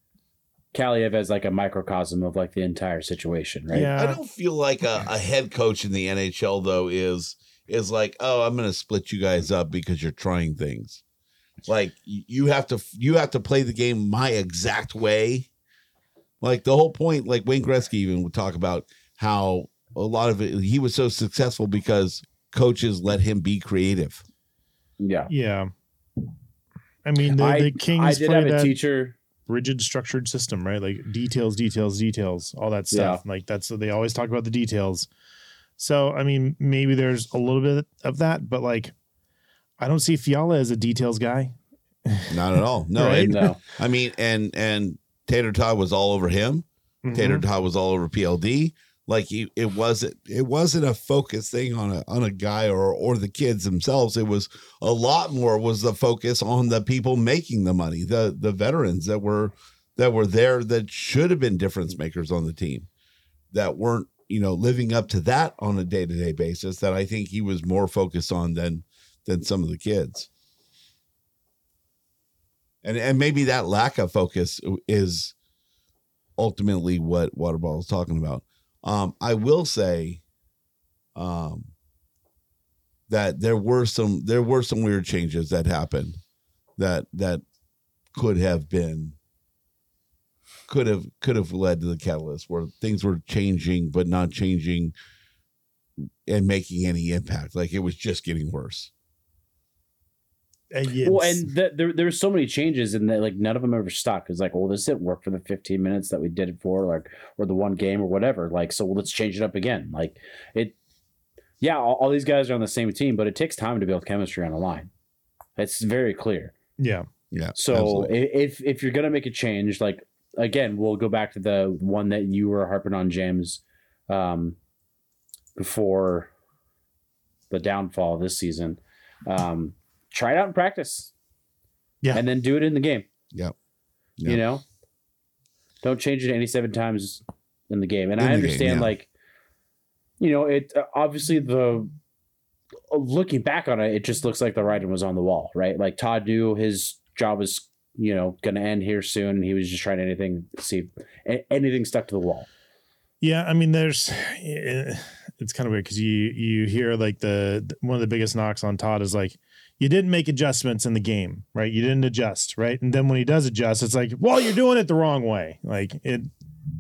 Speaker 5: Kaliev as like a microcosm of like the entire situation, right?
Speaker 4: I
Speaker 2: Uh,
Speaker 4: don't feel like a, a head coach in the NHL though is is like, oh, I'm going to split you guys up because you're trying things. Like y- you have to you have to play the game my exact way. Like the whole point, like Wayne Gretzky even would talk about how a lot of it he was so successful because coaches let him be creative.
Speaker 5: Yeah.
Speaker 2: Yeah. I mean, the,
Speaker 5: I-
Speaker 2: the Kings
Speaker 5: I did
Speaker 2: play
Speaker 5: have a
Speaker 2: that
Speaker 5: teacher.
Speaker 2: rigid structured system, right? Like details, details, details, all that stuff. Like that's they always talk about the details. So I mean, maybe there's a little bit of that, but like, I don't see Fiala as a details guy.
Speaker 4: Not at all. No,
Speaker 2: Right?
Speaker 4: and-
Speaker 5: No.
Speaker 4: I mean, and and Tater Todd was all over him. Tater Todd was all over PLD. Like he, it wasn't it wasn't a focus thing on a on a guy or or the kids themselves. It was a lot more was the focus on the people making the money, the the veterans that were that were there that should have been difference makers on the team that weren't you know living up to that on a day to day basis. That I think he was more focused on than than some of the kids and and maybe that lack of focus is ultimately what Waterball is talking about. Um, I will say, um, that there were some there were some weird changes that happened that that could have been could have could have led to the catalyst where things were changing but not changing and making any impact like it was just getting worse
Speaker 2: Uh, yeah,
Speaker 5: Well,
Speaker 2: it's-
Speaker 5: and the, there there were so many changes, and that like none of them ever stuck. It's like, well, this didn't work for the 15 minutes that we did it for, like, or the one game or whatever. Like, so well, let's change it up again. Like, it, yeah, all, all these guys are on the same team, but it takes time to build chemistry on a line. It's very clear.
Speaker 2: yeah,
Speaker 4: yeah
Speaker 5: So
Speaker 2: eh,
Speaker 4: absolutely.
Speaker 5: i- if if you're gonna make a change, like again, we'll go back to the one that you were harping on, James, um, before the downfall this season. Um, try it out in practice,
Speaker 2: Yeah.
Speaker 5: and then do it in the game.
Speaker 4: Yep.
Speaker 5: You
Speaker 4: Yep.
Speaker 5: know, don't change it 87 times in the game. And
Speaker 4: In
Speaker 5: I
Speaker 4: the game,
Speaker 5: understand,
Speaker 4: yeah.
Speaker 5: like, you know, it uh, obviously the uh, looking back on it, it just looks like the writing was on the wall, right? Like Todd knew his job was, you know, going to end here soon, and he was just trying anything see a- anything stuck to the wall.
Speaker 2: Yeah, I mean, there's eh, it's kind of weird because you you hear like the th- one of the biggest knocks on Todd is like you didn't make adjustments in the game, right? You didn't adjust, right? And then when he does adjust, it's like, well, you're doing it the wrong way. Like it,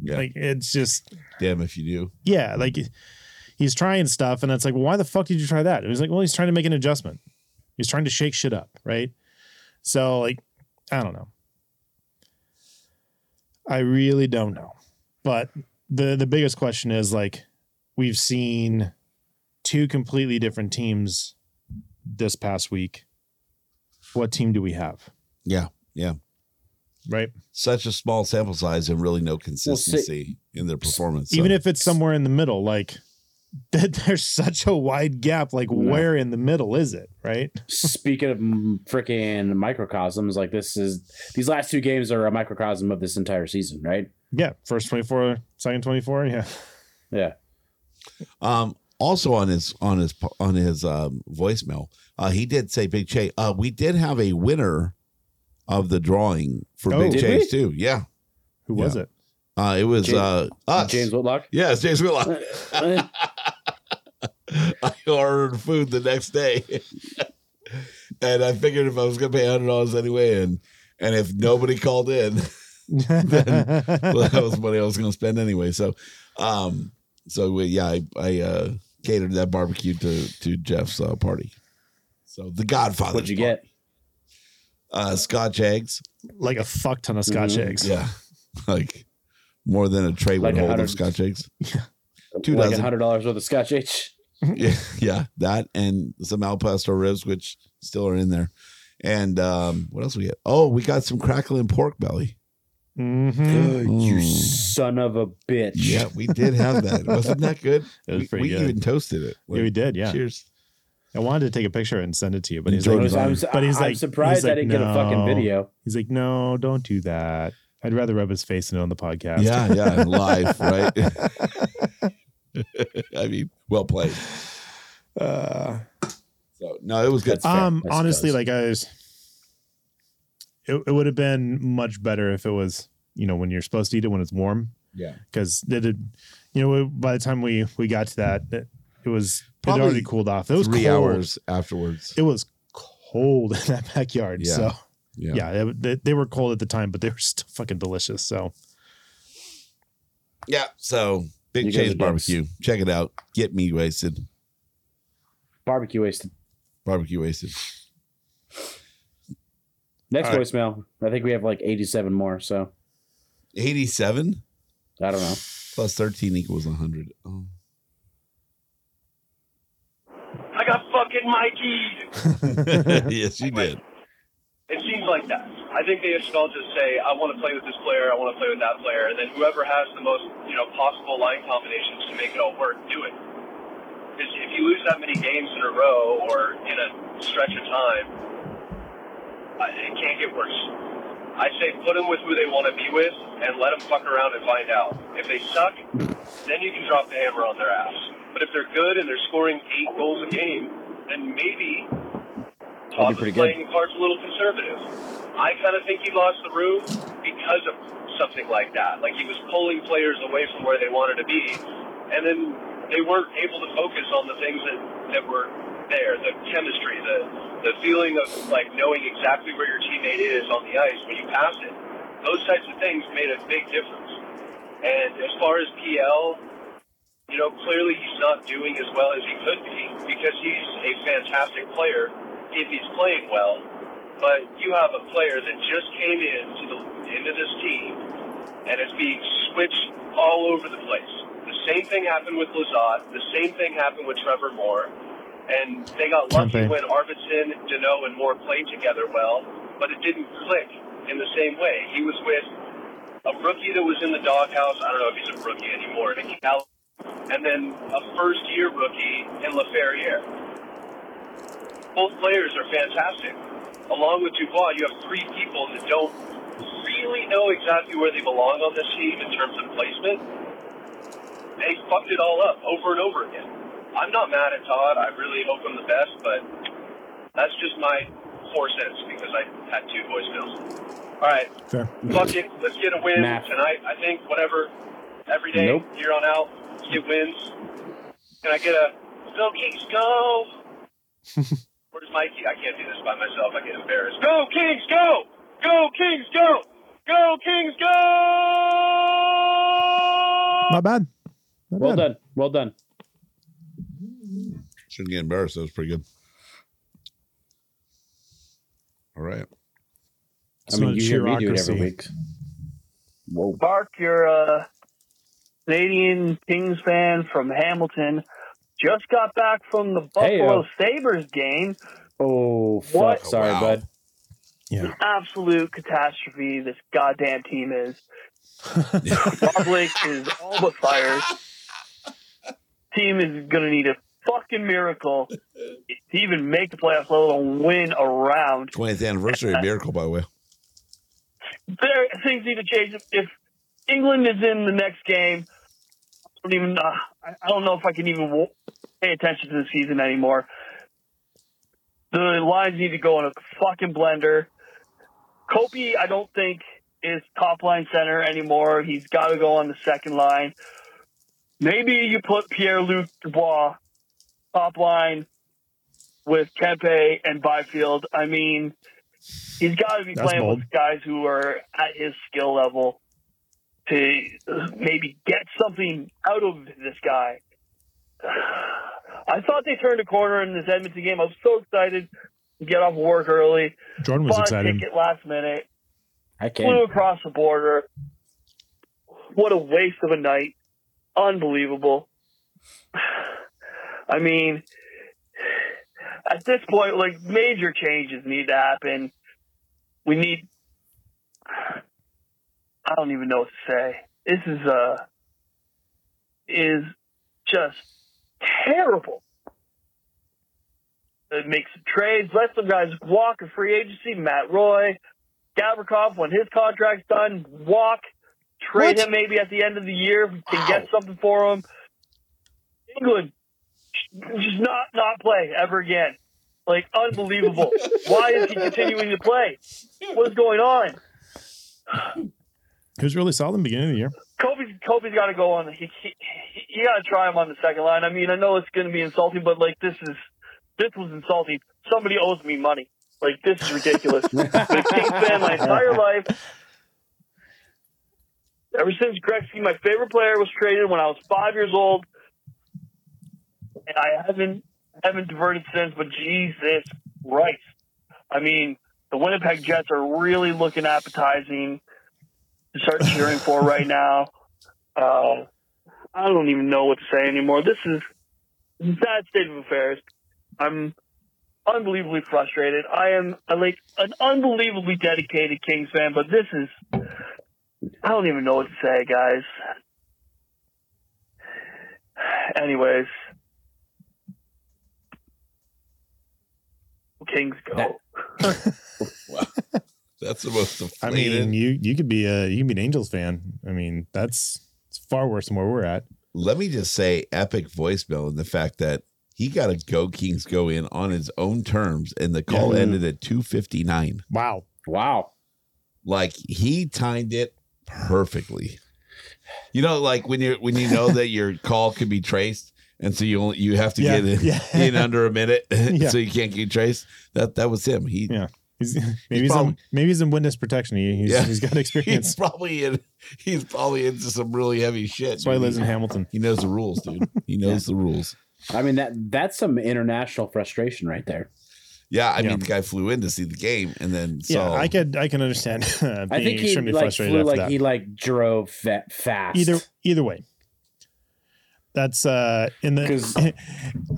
Speaker 4: Yeah.
Speaker 2: like it's just
Speaker 4: damn if you do
Speaker 2: yeah, like he's trying stuff, and it's like, well, why the fuck did you try that? It was like, well, he's trying to make an adjustment. He's trying to shake shit up, right? So like, I don't know. I really don't know. But the the biggest question is like we've seen two completely different teams this past week. What team do we have?
Speaker 4: yeah yeah
Speaker 2: Right?
Speaker 4: such a small sample size and really no consistency in their performance.
Speaker 2: Even
Speaker 4: So,
Speaker 2: if it's somewhere in the middle, like [laughs] that there's such a wide gap. Like where in the middle is it? Right?
Speaker 5: Speaking of m- freaking microcosms, like this is these last two games are a microcosm of this entire season, right?
Speaker 2: Yeah. First 24, second 24. Yeah. [laughs]
Speaker 5: Yeah.
Speaker 4: um, also on his on his on his um, voicemail, uh, he did say, "Big Chase, uh, we did have a winner of the drawing for
Speaker 2: Oh,
Speaker 4: Big
Speaker 2: did
Speaker 4: Chase too. Yeah,
Speaker 2: Who was it?
Speaker 4: uh, it was
Speaker 5: James-
Speaker 4: uh, us.
Speaker 5: James Whitlock.
Speaker 4: [laughs] yeah, it's James Whitlock.
Speaker 5: Eh,
Speaker 4: I ordered food the next day, [laughs] and I figured if I was going to pay hundred dollars anyway, and and if nobody called in.
Speaker 2: [laughs]
Speaker 4: [laughs] well, that was money I was going to spend anyway. So, um, so we, yeah, I, I uh, catered that barbecue to to Jeff's uh, party. So the Godfather.
Speaker 5: What'd you get?
Speaker 4: Uh, Scotch eggs.
Speaker 2: like a fuck ton of scotch
Speaker 4: Mm-hmm.
Speaker 5: Mhm.
Speaker 2: eggs.
Speaker 4: Yeah, like more than a tray
Speaker 5: Like
Speaker 4: would
Speaker 5: a
Speaker 4: hold
Speaker 5: hundred-
Speaker 4: of Scotch eggs. [laughs] Two
Speaker 5: Two like
Speaker 4: dozen.
Speaker 5: hundred dollars worth of Scotch H.
Speaker 4: yeah, yeah, that and some al pastor ribs, which still are in there. And um, what else we get? Oh, we got some crackling pork belly.
Speaker 2: Mhm.
Speaker 5: You
Speaker 4: Mm.
Speaker 5: son of a bitch.
Speaker 4: Yeah, we did have that. Wasn't that good?
Speaker 2: It was
Speaker 4: We-
Speaker 2: pretty
Speaker 4: we
Speaker 2: good.
Speaker 4: even toasted it.
Speaker 2: Yeah, we did. Yeah.
Speaker 4: Cheers.
Speaker 2: I wanted to take a picture and send it to you, but he's
Speaker 7: Jordan
Speaker 2: like,
Speaker 7: Brand. I'm-
Speaker 2: but he's
Speaker 7: I'm
Speaker 2: like,
Speaker 7: surprised
Speaker 2: he's like,
Speaker 7: I didn't get a fucking
Speaker 2: "No."
Speaker 7: video.
Speaker 2: He's like, no, don't do that. I'd rather rub his face in it on the podcast.
Speaker 4: Yeah,
Speaker 2: [laughs]
Speaker 4: yeah, live, right? [laughs] I mean, well played.
Speaker 2: Uh,
Speaker 4: So no, it was good.
Speaker 2: um, honestly, like I was, it, it would have been much better if it was, you know, when you're supposed to eat it when it's warm,
Speaker 4: yeah,
Speaker 2: because it, had- you know, by the time we we got to that, it, it was it had already cooled off. It was
Speaker 4: three
Speaker 2: cold.
Speaker 4: hours afterwards.
Speaker 2: It was cold [laughs] in that backyard.
Speaker 4: Yeah.
Speaker 2: So
Speaker 4: Yeah.
Speaker 2: yeah, they- they, they were cold at the time, but they were [laughs] still fucking delicious. So
Speaker 4: Yeah, so Big
Speaker 7: You guys
Speaker 4: Chase
Speaker 7: are dicks.
Speaker 4: Barbecue. Check it out. Get me wasted.
Speaker 7: Barbecue wasted.
Speaker 4: Barbecue wasted.
Speaker 7: Next
Speaker 4: All right.
Speaker 7: voicemail. I think we have like 87 more. So
Speaker 4: Eighty-seven
Speaker 7: I don't know.
Speaker 4: plus thirteen equals hundred. Oh. [laughs]
Speaker 8: I got fucking Mikey.
Speaker 4: yes, you did.
Speaker 8: It seems like that. I think they should all just say, I want to play with this player, I want to play with that player, and then whoever has the most, you know, possible line combinations to make it all work, do it. 'Cause if you lose that many games in a row or in a stretch of time, I- it can't get worse. I say put them with who they want to be with and let them fuck around and find out. If they suck, then you can drop the hammer on their ass. But if they're good and they're scoring eight goals a game, then maybe
Speaker 7: That'd
Speaker 8: Todd
Speaker 7: be pretty
Speaker 8: was
Speaker 7: good.
Speaker 8: playing cards a little conservative. I kind of think he lost the room because of something like that. Like he was pulling players away from where they wanted to be, and then they weren't able to focus on the things that, that were there, the chemistry, the the feeling of like knowing exactly where your teammate is on the ice when you pass it. Those types of things made a big difference. And as far as PL, you know, clearly he's not doing as well as he could be because he's a fantastic player if he's playing well. But you have a player that just came in to the, into this team and is being switched all over the place. The same thing happened with Lazat. The same thing happened with Trevor Moore. And they got lucky
Speaker 2: Kempe.
Speaker 8: when Arvidsson, Deneau, and Moore played together well, but it didn't click in the same way. He was with a rookie that was in the doghouse. I don't know if he's a rookie anymore. In Cal- and then a first year rookie in LaFerriere. Both players are fantastic. Along with Dubois, you have three people that don't really know exactly where they belong on this team in terms of placement. They fucked it all up over and over again. I'm not mad at Todd. I really hope him the best, but that's just my four cents because I had two voicemails. All right,
Speaker 2: fair.
Speaker 8: fuck it. Let's get a
Speaker 7: [laughs]
Speaker 8: win
Speaker 7: Math.
Speaker 8: tonight. I think whatever. Every day,
Speaker 7: Nope.
Speaker 8: year on out, let's get wins. Can I get a go Kings go? Where's Mikey? I can't do this by myself. I get embarrassed. Go Kings go! Go Kings go! Go Kings go!
Speaker 2: Not bad. Not
Speaker 7: Well
Speaker 2: bad.
Speaker 7: done. Well done.
Speaker 4: Shouldn't get embarrassed. That was pretty good. All right.
Speaker 7: I
Speaker 2: It's
Speaker 7: mean,
Speaker 2: not
Speaker 7: you hear me do it every
Speaker 2: cheerocracy.
Speaker 7: week. Whoa.
Speaker 9: Bark, you're a Canadian Kings fan from Hamilton. Just got back from the
Speaker 7: Hey,
Speaker 9: Buffalo
Speaker 7: yo.
Speaker 9: Sabres game.
Speaker 7: Oh, fuck.
Speaker 9: What?
Speaker 7: Sorry,
Speaker 4: Wow.
Speaker 7: bud.
Speaker 2: Yeah.
Speaker 9: Absolute catastrophe this goddamn team is. Public is all but fired. Team is going to need a fucking miracle to even make the playoffs, let alone win a round.
Speaker 4: 20th anniversary of Miracle, by the way.
Speaker 9: there things need to change. If, if England is in the next game, I don't even. Uh, I, I don't know if I can even w- pay attention to the season anymore. The lines need to go in a fucking blender. Kopi, I don't think is top line center anymore. He's got to go on the second line. Maybe you put Pierre Luc Dubois top line with Kempe and Byfield. I mean, he's got to be
Speaker 2: That's
Speaker 9: playing
Speaker 2: bold.
Speaker 9: with guys who are at his skill level to uh, maybe get something out of this guy. [sighs] I thought they turned a corner in this Edmonton game. I was so excited to get off work early.
Speaker 2: Jordan was
Speaker 9: Bought a
Speaker 2: excited.
Speaker 9: ticket last minute
Speaker 7: I can't.
Speaker 9: flew across the border. What a waste of a night. Unbelievable. [sighs] I mean, at this point, like major changes need to happen. We need. I don't even know what to say. This is uh is just terrible. uh, make some trades, let some guys walk in free agency. Matt Roy, Gavrikov, when his contract's done, walk, trade him maybe at the end of the year if we can get something
Speaker 5: [laughs]
Speaker 9: for him. England, just not not play ever again. Like unbelievable. Why is he continuing to play? What's going on?
Speaker 2: He was really solid in the beginning of the year.
Speaker 9: Kobe's Kobe's got to go on. He, he, he you got to try him on the second line. I mean, I know it's going to be insulting, but like this is this was insulting. Somebody owes me money. Like this is ridiculous. Been a Kings fan my entire life. Ever since Gretzky, my favorite player, was traded when I was five years old, and I haven't haven't diverted since. But Jesus Christ, I mean, the Winnipeg Jets are really looking appetizing to start cheering for right now. Uh, I don't even know what to say anymore. This is a sad state of affairs. I'm unbelievably frustrated. I am uh, like an unbelievably dedicated Kings fan, but this is I don't even know what to say, guys. Anyways, Kings go.
Speaker 4: That's the most
Speaker 2: I
Speaker 4: deflated.
Speaker 2: mean, you you could be a you can be an Angels fan. I mean, that's it's far worse than where we're at.
Speaker 4: let me just say epic voicemail and the fact that he got a go kings go in on his own terms and the call
Speaker 2: Yeah.
Speaker 4: ended at 259
Speaker 2: wow
Speaker 5: wow
Speaker 4: like he timed it perfectly you know like when you when you know that
Speaker 2: [laughs]
Speaker 4: your call could be traced and so you only you have to
Speaker 2: Yeah,
Speaker 4: get in,
Speaker 2: [laughs]
Speaker 4: [laughs]
Speaker 2: yeah.
Speaker 4: in under a minute
Speaker 2: Yeah.
Speaker 4: so you can't get traced that that was him he
Speaker 2: yeah He's, maybe he's,
Speaker 4: probably-
Speaker 2: in, maybe he's in witness protection. He, he's,
Speaker 4: Yeah.
Speaker 2: he's got
Speaker 4: [laughs] he's [laughs]
Speaker 2: experience.
Speaker 4: probably in he's probably into some really heavy shit
Speaker 2: That's why he lives in Hamilton.
Speaker 4: he knows the rules dude
Speaker 2: [laughs]
Speaker 4: he knows the rules
Speaker 5: I mean that that's some international frustration right there.
Speaker 4: yeah i
Speaker 2: Yeah.
Speaker 4: mean the guy flew in to see the game and then so
Speaker 2: yeah, I could I can understand [laughs] uh, being
Speaker 5: I think he
Speaker 2: extremely
Speaker 5: like
Speaker 2: frustrated
Speaker 5: flew
Speaker 2: after
Speaker 5: like
Speaker 2: that.
Speaker 5: he like drove fa- fast.
Speaker 2: either either way, that's uh in the. [laughs]
Speaker 5: 'Cause-
Speaker 2: I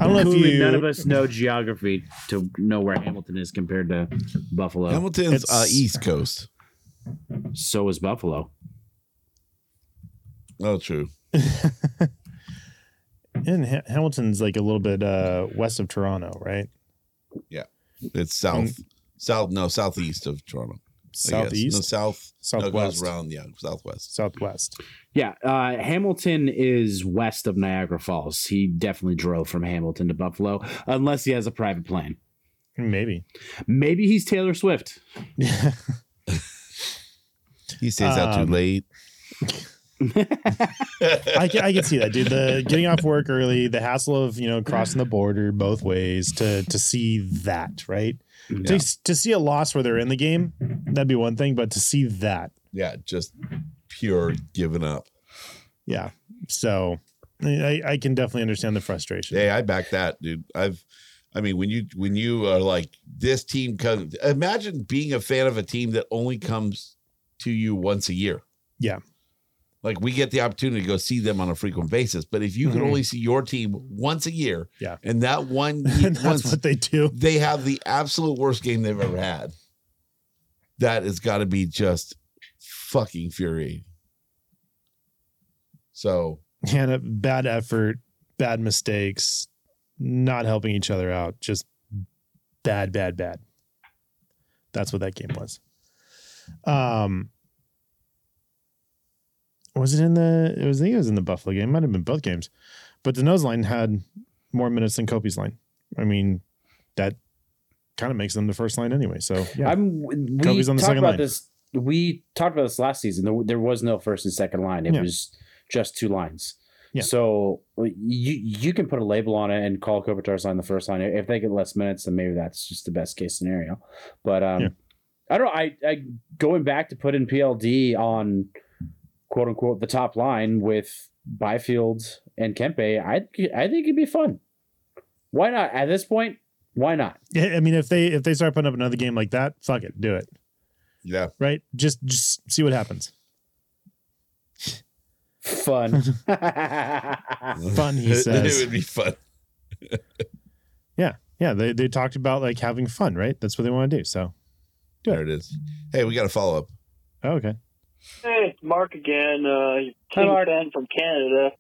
Speaker 2: don't know if
Speaker 5: Clearly
Speaker 2: you.
Speaker 5: none of us know geography to know where Hamilton is compared to Buffalo.
Speaker 4: Hamilton's uh,
Speaker 2: It's-
Speaker 4: East Coast.
Speaker 5: So is Buffalo.
Speaker 4: Oh, true.
Speaker 2: And
Speaker 5: uh,
Speaker 2: ha- Hamilton's like a little bit uh west of Toronto, right?
Speaker 4: It's
Speaker 2: Hmm?
Speaker 4: south, south, no, southeast of Toronto. I guess.
Speaker 2: Southeast,
Speaker 4: no, south, no, it goes
Speaker 2: southwest,
Speaker 4: around, yeah, southwest.
Speaker 2: southwest.
Speaker 5: Yeah, uh, Hamilton is west of Niagara Falls. He definitely drove from Hamilton to Buffalo, unless he has a private plane.
Speaker 2: Maybe.
Speaker 5: Maybe he's Taylor Swift.
Speaker 4: He stays out
Speaker 2: Um,
Speaker 4: too
Speaker 2: [laughs]
Speaker 4: late.
Speaker 2: [laughs] I can, I can see that, dude. The getting off work early, the hassle of you know crossing the border both ways to to see that, right?
Speaker 4: Yeah.
Speaker 2: To, to see a loss where they're in the game, that'd be one thing, but to see that,
Speaker 4: yeah, just pure giving up.
Speaker 2: yeah. So I, I can definitely understand the frustration.
Speaker 4: Hey, I back that, dude. I've, I mean, when you when you are like this team comes, imagine being a fan of a team that only comes to you once a year.
Speaker 2: Yeah.
Speaker 4: Like we get the opportunity to go see them on a frequent basis, but if you could
Speaker 2: Mhm.
Speaker 4: only see your team once a year,
Speaker 2: Yeah.
Speaker 4: and that one
Speaker 2: and [laughs] [laughs] that's
Speaker 4: once
Speaker 2: what they do.
Speaker 4: they have the absolute worst game they've ever had. That has got to be just fucking fury. So
Speaker 2: [laughs] And a bad effort, bad mistakes, not helping each other out, just bad, bad, bad. That's what that game was. Um, was it in the? It was. I think it was in the Buffalo game. Might have been both games, but the nose line had more minutes than Kopi's line. I mean, that kind of makes them the first line anyway. So yeah,
Speaker 5: I'm. We
Speaker 2: Kobe's on the
Speaker 5: talked
Speaker 2: second
Speaker 5: about
Speaker 2: line.
Speaker 5: this. We talked about this last season. There, there was no first and second line. It
Speaker 2: Yeah.
Speaker 5: was just two lines.
Speaker 2: Yeah.
Speaker 5: So uh, you you can put a label on it and call Kopitar's line the first line. If they get less minutes, then maybe that's just the best case scenario. But um,
Speaker 2: Yeah.
Speaker 5: I don't know. I, I going back to put in PLD on quote unquote the top line with Byfield and Kempe. I I think it'd be fun. Why not? At this point, why not?
Speaker 2: Yeah, I mean, if they if they start putting up another game like that, fuck it, do it.
Speaker 4: yeah,
Speaker 2: Right? Just just see what happens. [laughs]
Speaker 5: Fun.
Speaker 2: Fun,
Speaker 4: [laughs]
Speaker 2: he
Speaker 4: it
Speaker 2: says.
Speaker 4: would be fun.
Speaker 2: Yeah, they, they talked about like having fun, right? That's what they want to do. So, Good.
Speaker 4: There it is. Hey, we got a follow up.
Speaker 2: oh, okay.
Speaker 9: Hey, it's Mark again, uh,
Speaker 5: Hi,
Speaker 9: King
Speaker 5: Mark.
Speaker 9: fan from Canada.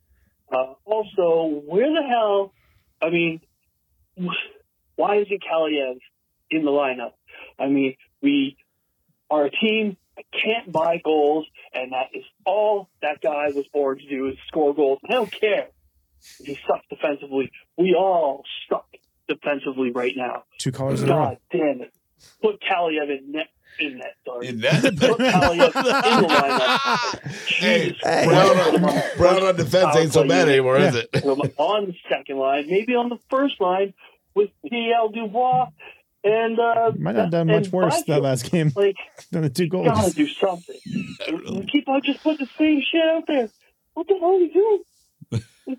Speaker 9: Uh, also, where the hell? I mean, wh- Why isn't Kaliev in the lineup? I mean, we are a team that can't buy goals, and that is all that guy was born to do is score goals. I don't care. if He sucks defensively. We all suck defensively right now.
Speaker 2: Two colors in a row.
Speaker 9: God damn it. Put Kaliev in net. In that, sorry.
Speaker 4: In that?
Speaker 9: Put Kaliev in the
Speaker 2: [laughs]
Speaker 9: lineup. Jesus
Speaker 4: Hey,
Speaker 9: Christ.
Speaker 4: Brown, on, Brown on defense ain't so bad anymore, is it?
Speaker 9: From on the second line, maybe on the first line with P.L. Dubois and uh,
Speaker 2: Might not have done
Speaker 9: and
Speaker 2: much worse that
Speaker 9: Byfield.
Speaker 2: last game
Speaker 9: Like,
Speaker 2: [laughs] than the two
Speaker 9: you gotta
Speaker 2: [laughs] goals.
Speaker 9: do something. You keep on just putting the same shit out there. What the hell are you doing?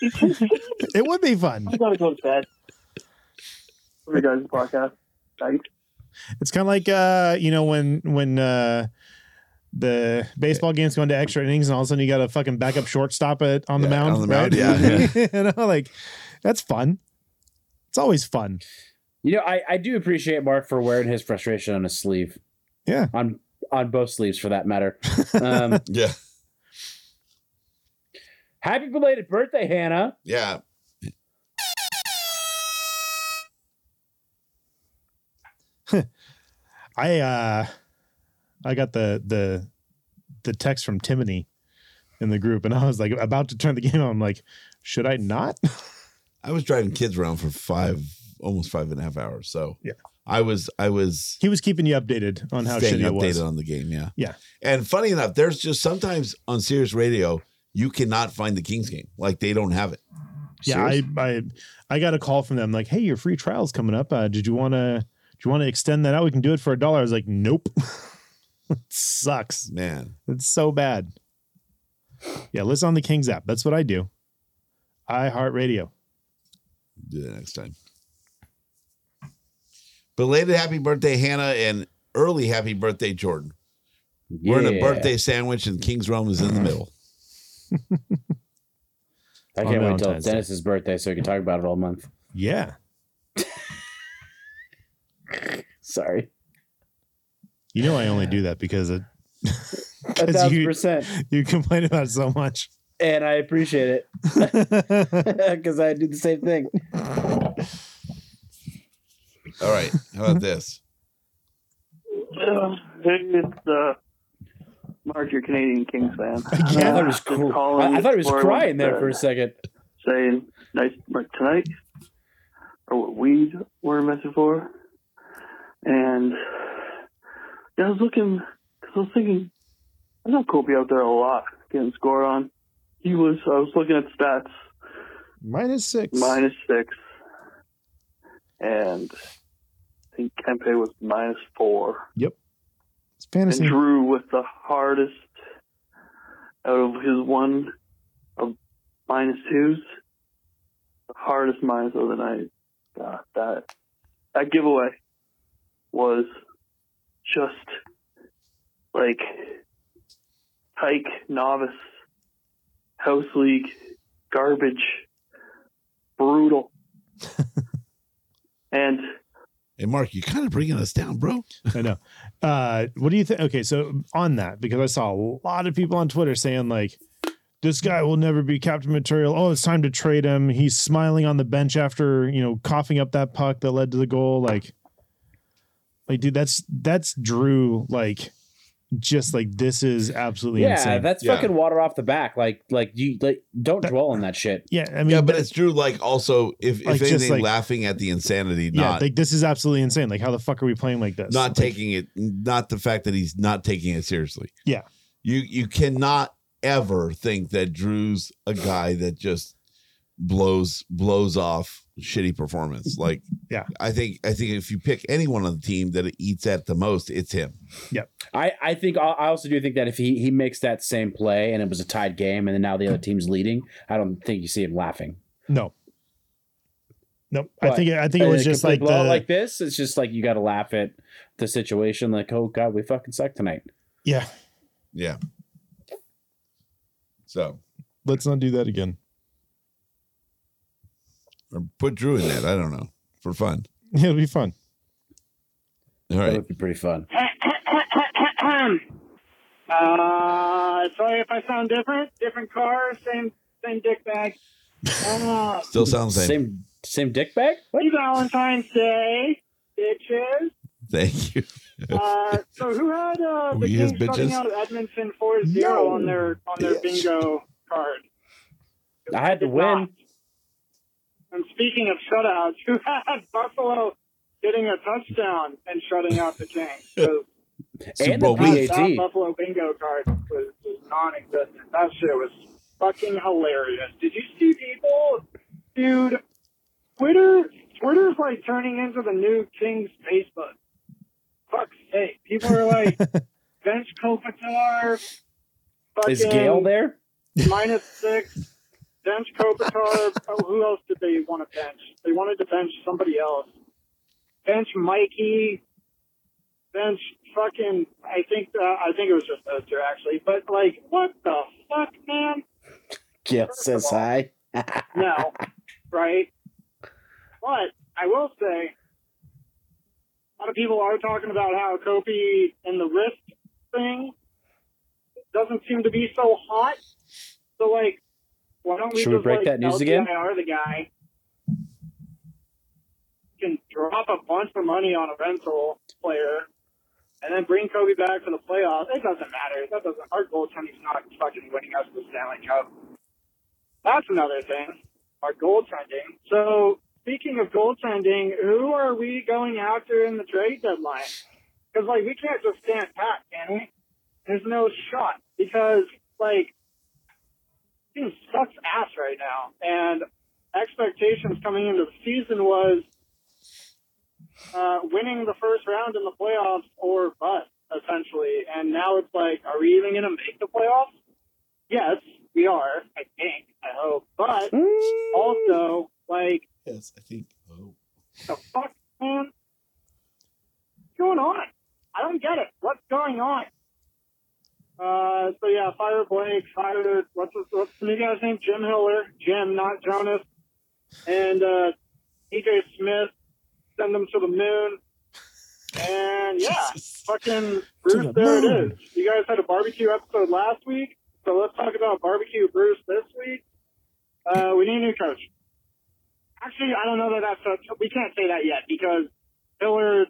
Speaker 2: It would be fun.
Speaker 9: I gotta go to bed. Three guys podcast. Night.
Speaker 2: It's kind of like uh, you know when when uh, the baseball game's going to extra innings, and all of a sudden you got a fucking backup shortstop at, on the
Speaker 4: Yeah,
Speaker 2: mound.
Speaker 4: on the mound,
Speaker 2: [laughs] right? you know, like that's fun. It's always fun.
Speaker 7: You know, I, I do appreciate Mark for wearing his frustration on his sleeve.
Speaker 2: Yeah.
Speaker 7: On on both sleeves for that
Speaker 2: [laughs]
Speaker 7: matter. Um,
Speaker 4: Yeah.
Speaker 7: happy belated birthday, Hannah.
Speaker 4: Yeah.
Speaker 2: I uh, I got the the the text from Timony in the group, and I was like about to turn the game on. I'm like, should I not? [laughs]
Speaker 4: I was driving kids around for five, almost five and a half hours. So
Speaker 2: Yeah.
Speaker 4: I was, I was
Speaker 2: he was keeping you updated on how
Speaker 4: staying
Speaker 2: shitty it
Speaker 4: updated
Speaker 2: was.
Speaker 4: on the game. Yeah.
Speaker 2: yeah,
Speaker 4: And funny enough, there's just sometimes on Sirius Radio, you cannot find the Kings game. Like they don't have it.
Speaker 2: yeah. I, I I got a call from them like, hey, your free trial's coming up. Uh, did you want to? Do you want to extend that out? We can do it for a dollar. I was like, nope. [laughs] it sucks.
Speaker 4: Man.
Speaker 2: It's so bad. Yeah, listen on the Kings app. That's what I do. iHeartRadio.
Speaker 4: do that next time. Belated happy birthday, Hannah, and early happy birthday, Jordan. We're in a
Speaker 7: Yeah.
Speaker 4: birthday sandwich, and King's Rome is in the middle.
Speaker 7: I
Speaker 2: On
Speaker 7: can't wait until
Speaker 2: Valentine's Day.
Speaker 7: Dennis's birthday so we can talk about it all month.
Speaker 2: Yeah.
Speaker 7: Sorry.
Speaker 2: You know I only do that because it
Speaker 7: A
Speaker 2: [laughs] 'Cause
Speaker 7: thousand
Speaker 2: you-
Speaker 7: percent.
Speaker 2: you complain about it so much.
Speaker 7: And I appreciate it. [laughs] Because I do the same thing.
Speaker 4: All right. How about this?
Speaker 9: Uh, it's uh, Mark, you're a Canadian Kings fan.
Speaker 7: I thought
Speaker 9: Uh,
Speaker 7: it was
Speaker 9: just
Speaker 7: cool.
Speaker 9: calling
Speaker 7: Ah. I, I thought it was
Speaker 9: before I went
Speaker 7: crying
Speaker 9: to
Speaker 7: there
Speaker 9: bed,
Speaker 7: for a second.
Speaker 9: Saying nice but tonight, or what we were missing for, and yeah, I was looking because I was thinking I know Kobe out there a lot getting scored on. He was. I was looking at stats
Speaker 2: [laughs] Minus six.
Speaker 9: minus six, and I think Kempe was minus four.
Speaker 2: Yep. It's
Speaker 9: and
Speaker 2: fantasy.
Speaker 9: Drew with the hardest out of his one of minus twos, the hardest minus of the night. God, that that giveaway was just like hike novice house league garbage brutal and
Speaker 4: Hey, Mark, you're kind of bringing us down, bro.
Speaker 2: I know. Uh, what do you think? Okay, so on that, because I saw a lot of people on Twitter saying like, this guy will never be captain material. Oh, it's time to trade him. He's smiling on the bench after you know coughing up that puck that led to the goal. Like, like dude, that's that's Drew. Like, just like this is absolutely
Speaker 7: Yeah,
Speaker 2: insane.
Speaker 7: that's
Speaker 4: Yeah.
Speaker 7: fucking water off the back. Like, like you like don't dwell on that shit.
Speaker 2: yeah, [laughs] I mean,
Speaker 4: yeah, but
Speaker 2: that-
Speaker 4: it's Drew. Like, also, if
Speaker 2: Like,
Speaker 4: if
Speaker 2: just
Speaker 4: anything,
Speaker 2: like-
Speaker 4: laughing at the insanity,
Speaker 2: yeah,
Speaker 4: not
Speaker 2: like this is absolutely insane. Like, how the fuck are we playing like this?
Speaker 4: not
Speaker 2: Like,
Speaker 4: taking it, not the fact that he's not taking it seriously.
Speaker 2: Yeah.
Speaker 4: you you cannot ever think that Drew's a guy that just blows blows off shitty
Speaker 2: [laughs]
Speaker 4: performance. Like,
Speaker 2: Yeah.
Speaker 4: I think I think if you pick anyone on the team that it eats at the most, it's him.
Speaker 7: I, I think I I also do think that if he, he makes that same play and it was a tied game and then now the other team's leading, I don't think you see him laughing.
Speaker 2: No. Nope. I
Speaker 7: But
Speaker 2: think it, I think it
Speaker 7: in a
Speaker 2: was just
Speaker 7: complete
Speaker 2: like the,
Speaker 7: blowout like this. It's just like you got to laugh at the situation. Like, oh god, we fucking suck tonight.
Speaker 2: yeah.
Speaker 4: Yeah. So
Speaker 2: Let's not do that again.
Speaker 4: or put Drew in that. I don't know for fun.
Speaker 2: [laughs] It'll be fun.
Speaker 4: All
Speaker 7: That
Speaker 4: right.
Speaker 7: would be pretty fun.
Speaker 10: Um, uh, sorry if I sound different. Different car, same same dick bag. Uh,
Speaker 4: Still sounds the same.
Speaker 7: Same Same dick bag?
Speaker 10: Happy Valentine's Day, bitches.
Speaker 4: [laughs] Thank you.
Speaker 10: Uh, so who had uh, the
Speaker 4: We as
Speaker 10: Kings starting
Speaker 4: bitches?
Speaker 10: out at Edmonton 4-0 on their on their bingo card?
Speaker 7: I had to win.
Speaker 10: And speaking of shutouts, [laughs] who had Buffalo getting a touchdown and shutting out the Kings? So
Speaker 7: And the
Speaker 10: that, that
Speaker 7: PAT.
Speaker 10: Buffalo bingo card was, was non-existent. That shit was fucking hilarious. Did you see people, dude? Twitter, Twitter's like turning into the new Kings Facebook. Fuck's sake, people are like bench Kopitar.
Speaker 7: Is
Speaker 10: fucking
Speaker 7: Gail there? [laughs]
Speaker 10: Minus six. Bench Kopitar. oh, who else did they want to bench? They wanted to bench somebody else. Bench Mikey. Bench fucking. I think. Uh, I think it was just those two actually. But like, what the fuck, man?
Speaker 7: Gail says hi.
Speaker 10: No, right? But I will say, a lot of people are talking about how Kofi and the wrist thing doesn't seem to be so hot. So, like, why don't we
Speaker 7: Should we
Speaker 10: just
Speaker 7: break
Speaker 10: like,
Speaker 7: that news
Speaker 10: LTIR
Speaker 7: again?
Speaker 10: the guy can drop a bunch of money on a rental player and then bring Kobe back for the playoffs. It doesn't matter. That doesn't. Our goaltending's not fucking winning us the Stanley Cup. That's another thing. Our goaltending. So speaking of goaltending, who are we going after in the trade deadline? Because like we can't just stand pat, can we? There's no shot because like team sucks ass right now, and expectations coming into the season was uh, winning the first round in the playoffs or bust essentially, and now it's like, are we even going to make the playoffs? Yes, we are. I think. I hope. But also, like,
Speaker 3: Yes, I think. Oh.
Speaker 10: the fuck, man? What's going on? I don't get it. What's going on? Uh, so yeah, fire Blake, fire what's his, what's the new guy's name? Jim Hiller, Jim, not Jonas, and uh, EJ Smith. Send them to the moon. And yeah, [laughs] fucking Bruce,
Speaker 11: the
Speaker 10: there
Speaker 11: moon.
Speaker 10: it is. You guys had a barbecue episode last week, so let's talk about barbecue Bruce this week. Uh, we need a new coach. Actually, I don't know that that's a, we can't say that yet because Hiller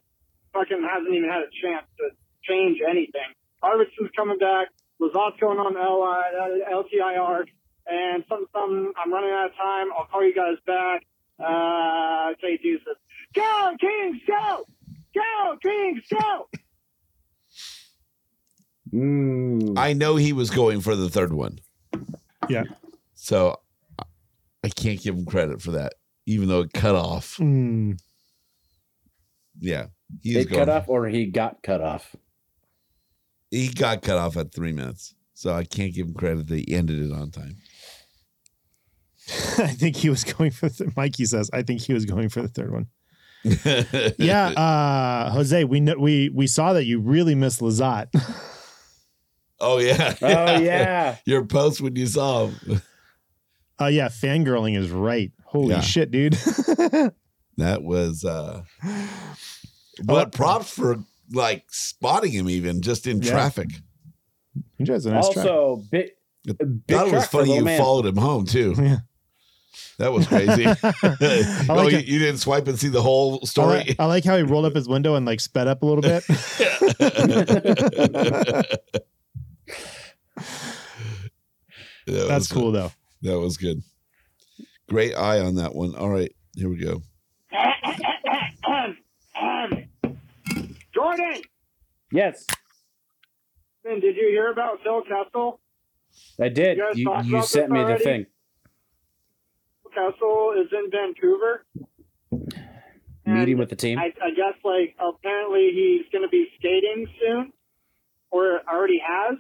Speaker 10: fucking hasn't even had a chance to change anything. Arvidsson's coming back. Lazat's going on LI, uh, LTIR, and something, something. I'm running out of time. I'll call you guys back. Uh, Jay Jesus. Go, Kings, go! Go, Kings, go!
Speaker 7: Mm,
Speaker 4: I know he was going for the third one.
Speaker 2: Yeah.
Speaker 4: So I- I can't give him credit for that, even though it cut off.
Speaker 2: Mm.
Speaker 4: Yeah. He is
Speaker 7: It cut
Speaker 4: going-
Speaker 7: off or he got cut off.
Speaker 4: He got cut off at three minutes. So I can't give him credit that he ended it on time.
Speaker 2: [laughs] I think he was going for the, Mikey says, I think he was going for the third one.
Speaker 4: [laughs]
Speaker 2: yeah, uh, Jose, we know, we we saw that you really missed Lazat. [laughs]
Speaker 4: Oh, [laughs] yeah. [laughs]
Speaker 2: Oh, yeah.
Speaker 4: Your post when you saw him.
Speaker 2: Uh, yeah, fangirling is right. Holy
Speaker 4: Yeah.
Speaker 2: shit, dude! [laughs]
Speaker 4: That was uh
Speaker 2: Oh,
Speaker 4: but props for like spotting him even just in
Speaker 2: Yeah.
Speaker 4: traffic.
Speaker 2: He drives a nice truck.
Speaker 7: also, big, big
Speaker 4: That was
Speaker 7: truck for
Speaker 4: funny
Speaker 7: little
Speaker 4: you
Speaker 7: man.
Speaker 4: followed him home
Speaker 2: [laughs]
Speaker 4: too. That was crazy. [laughs] oh,
Speaker 2: like
Speaker 4: you,
Speaker 2: it.
Speaker 4: you didn't swipe and see the whole
Speaker 2: I
Speaker 4: story.
Speaker 2: like, I like how he rolled up his window and like sped up a little
Speaker 4: [laughs]
Speaker 2: bit.
Speaker 4: That's cool [laughs]
Speaker 2: though.
Speaker 4: That was good. Great eye on that one. All right, here we go.
Speaker 10: [coughs] Jordan!
Speaker 7: Yes,
Speaker 10: Man, did you hear about Phil Kessel?
Speaker 7: I did.
Speaker 10: You guys
Speaker 7: You,
Speaker 10: talked
Speaker 7: you
Speaker 10: about
Speaker 7: sent
Speaker 10: this
Speaker 7: me the
Speaker 10: already?
Speaker 7: thing.
Speaker 10: Kessel is in Vancouver.
Speaker 7: Meeting with the team.
Speaker 10: I, I guess, like, apparently he's going to be skating soon, or already has.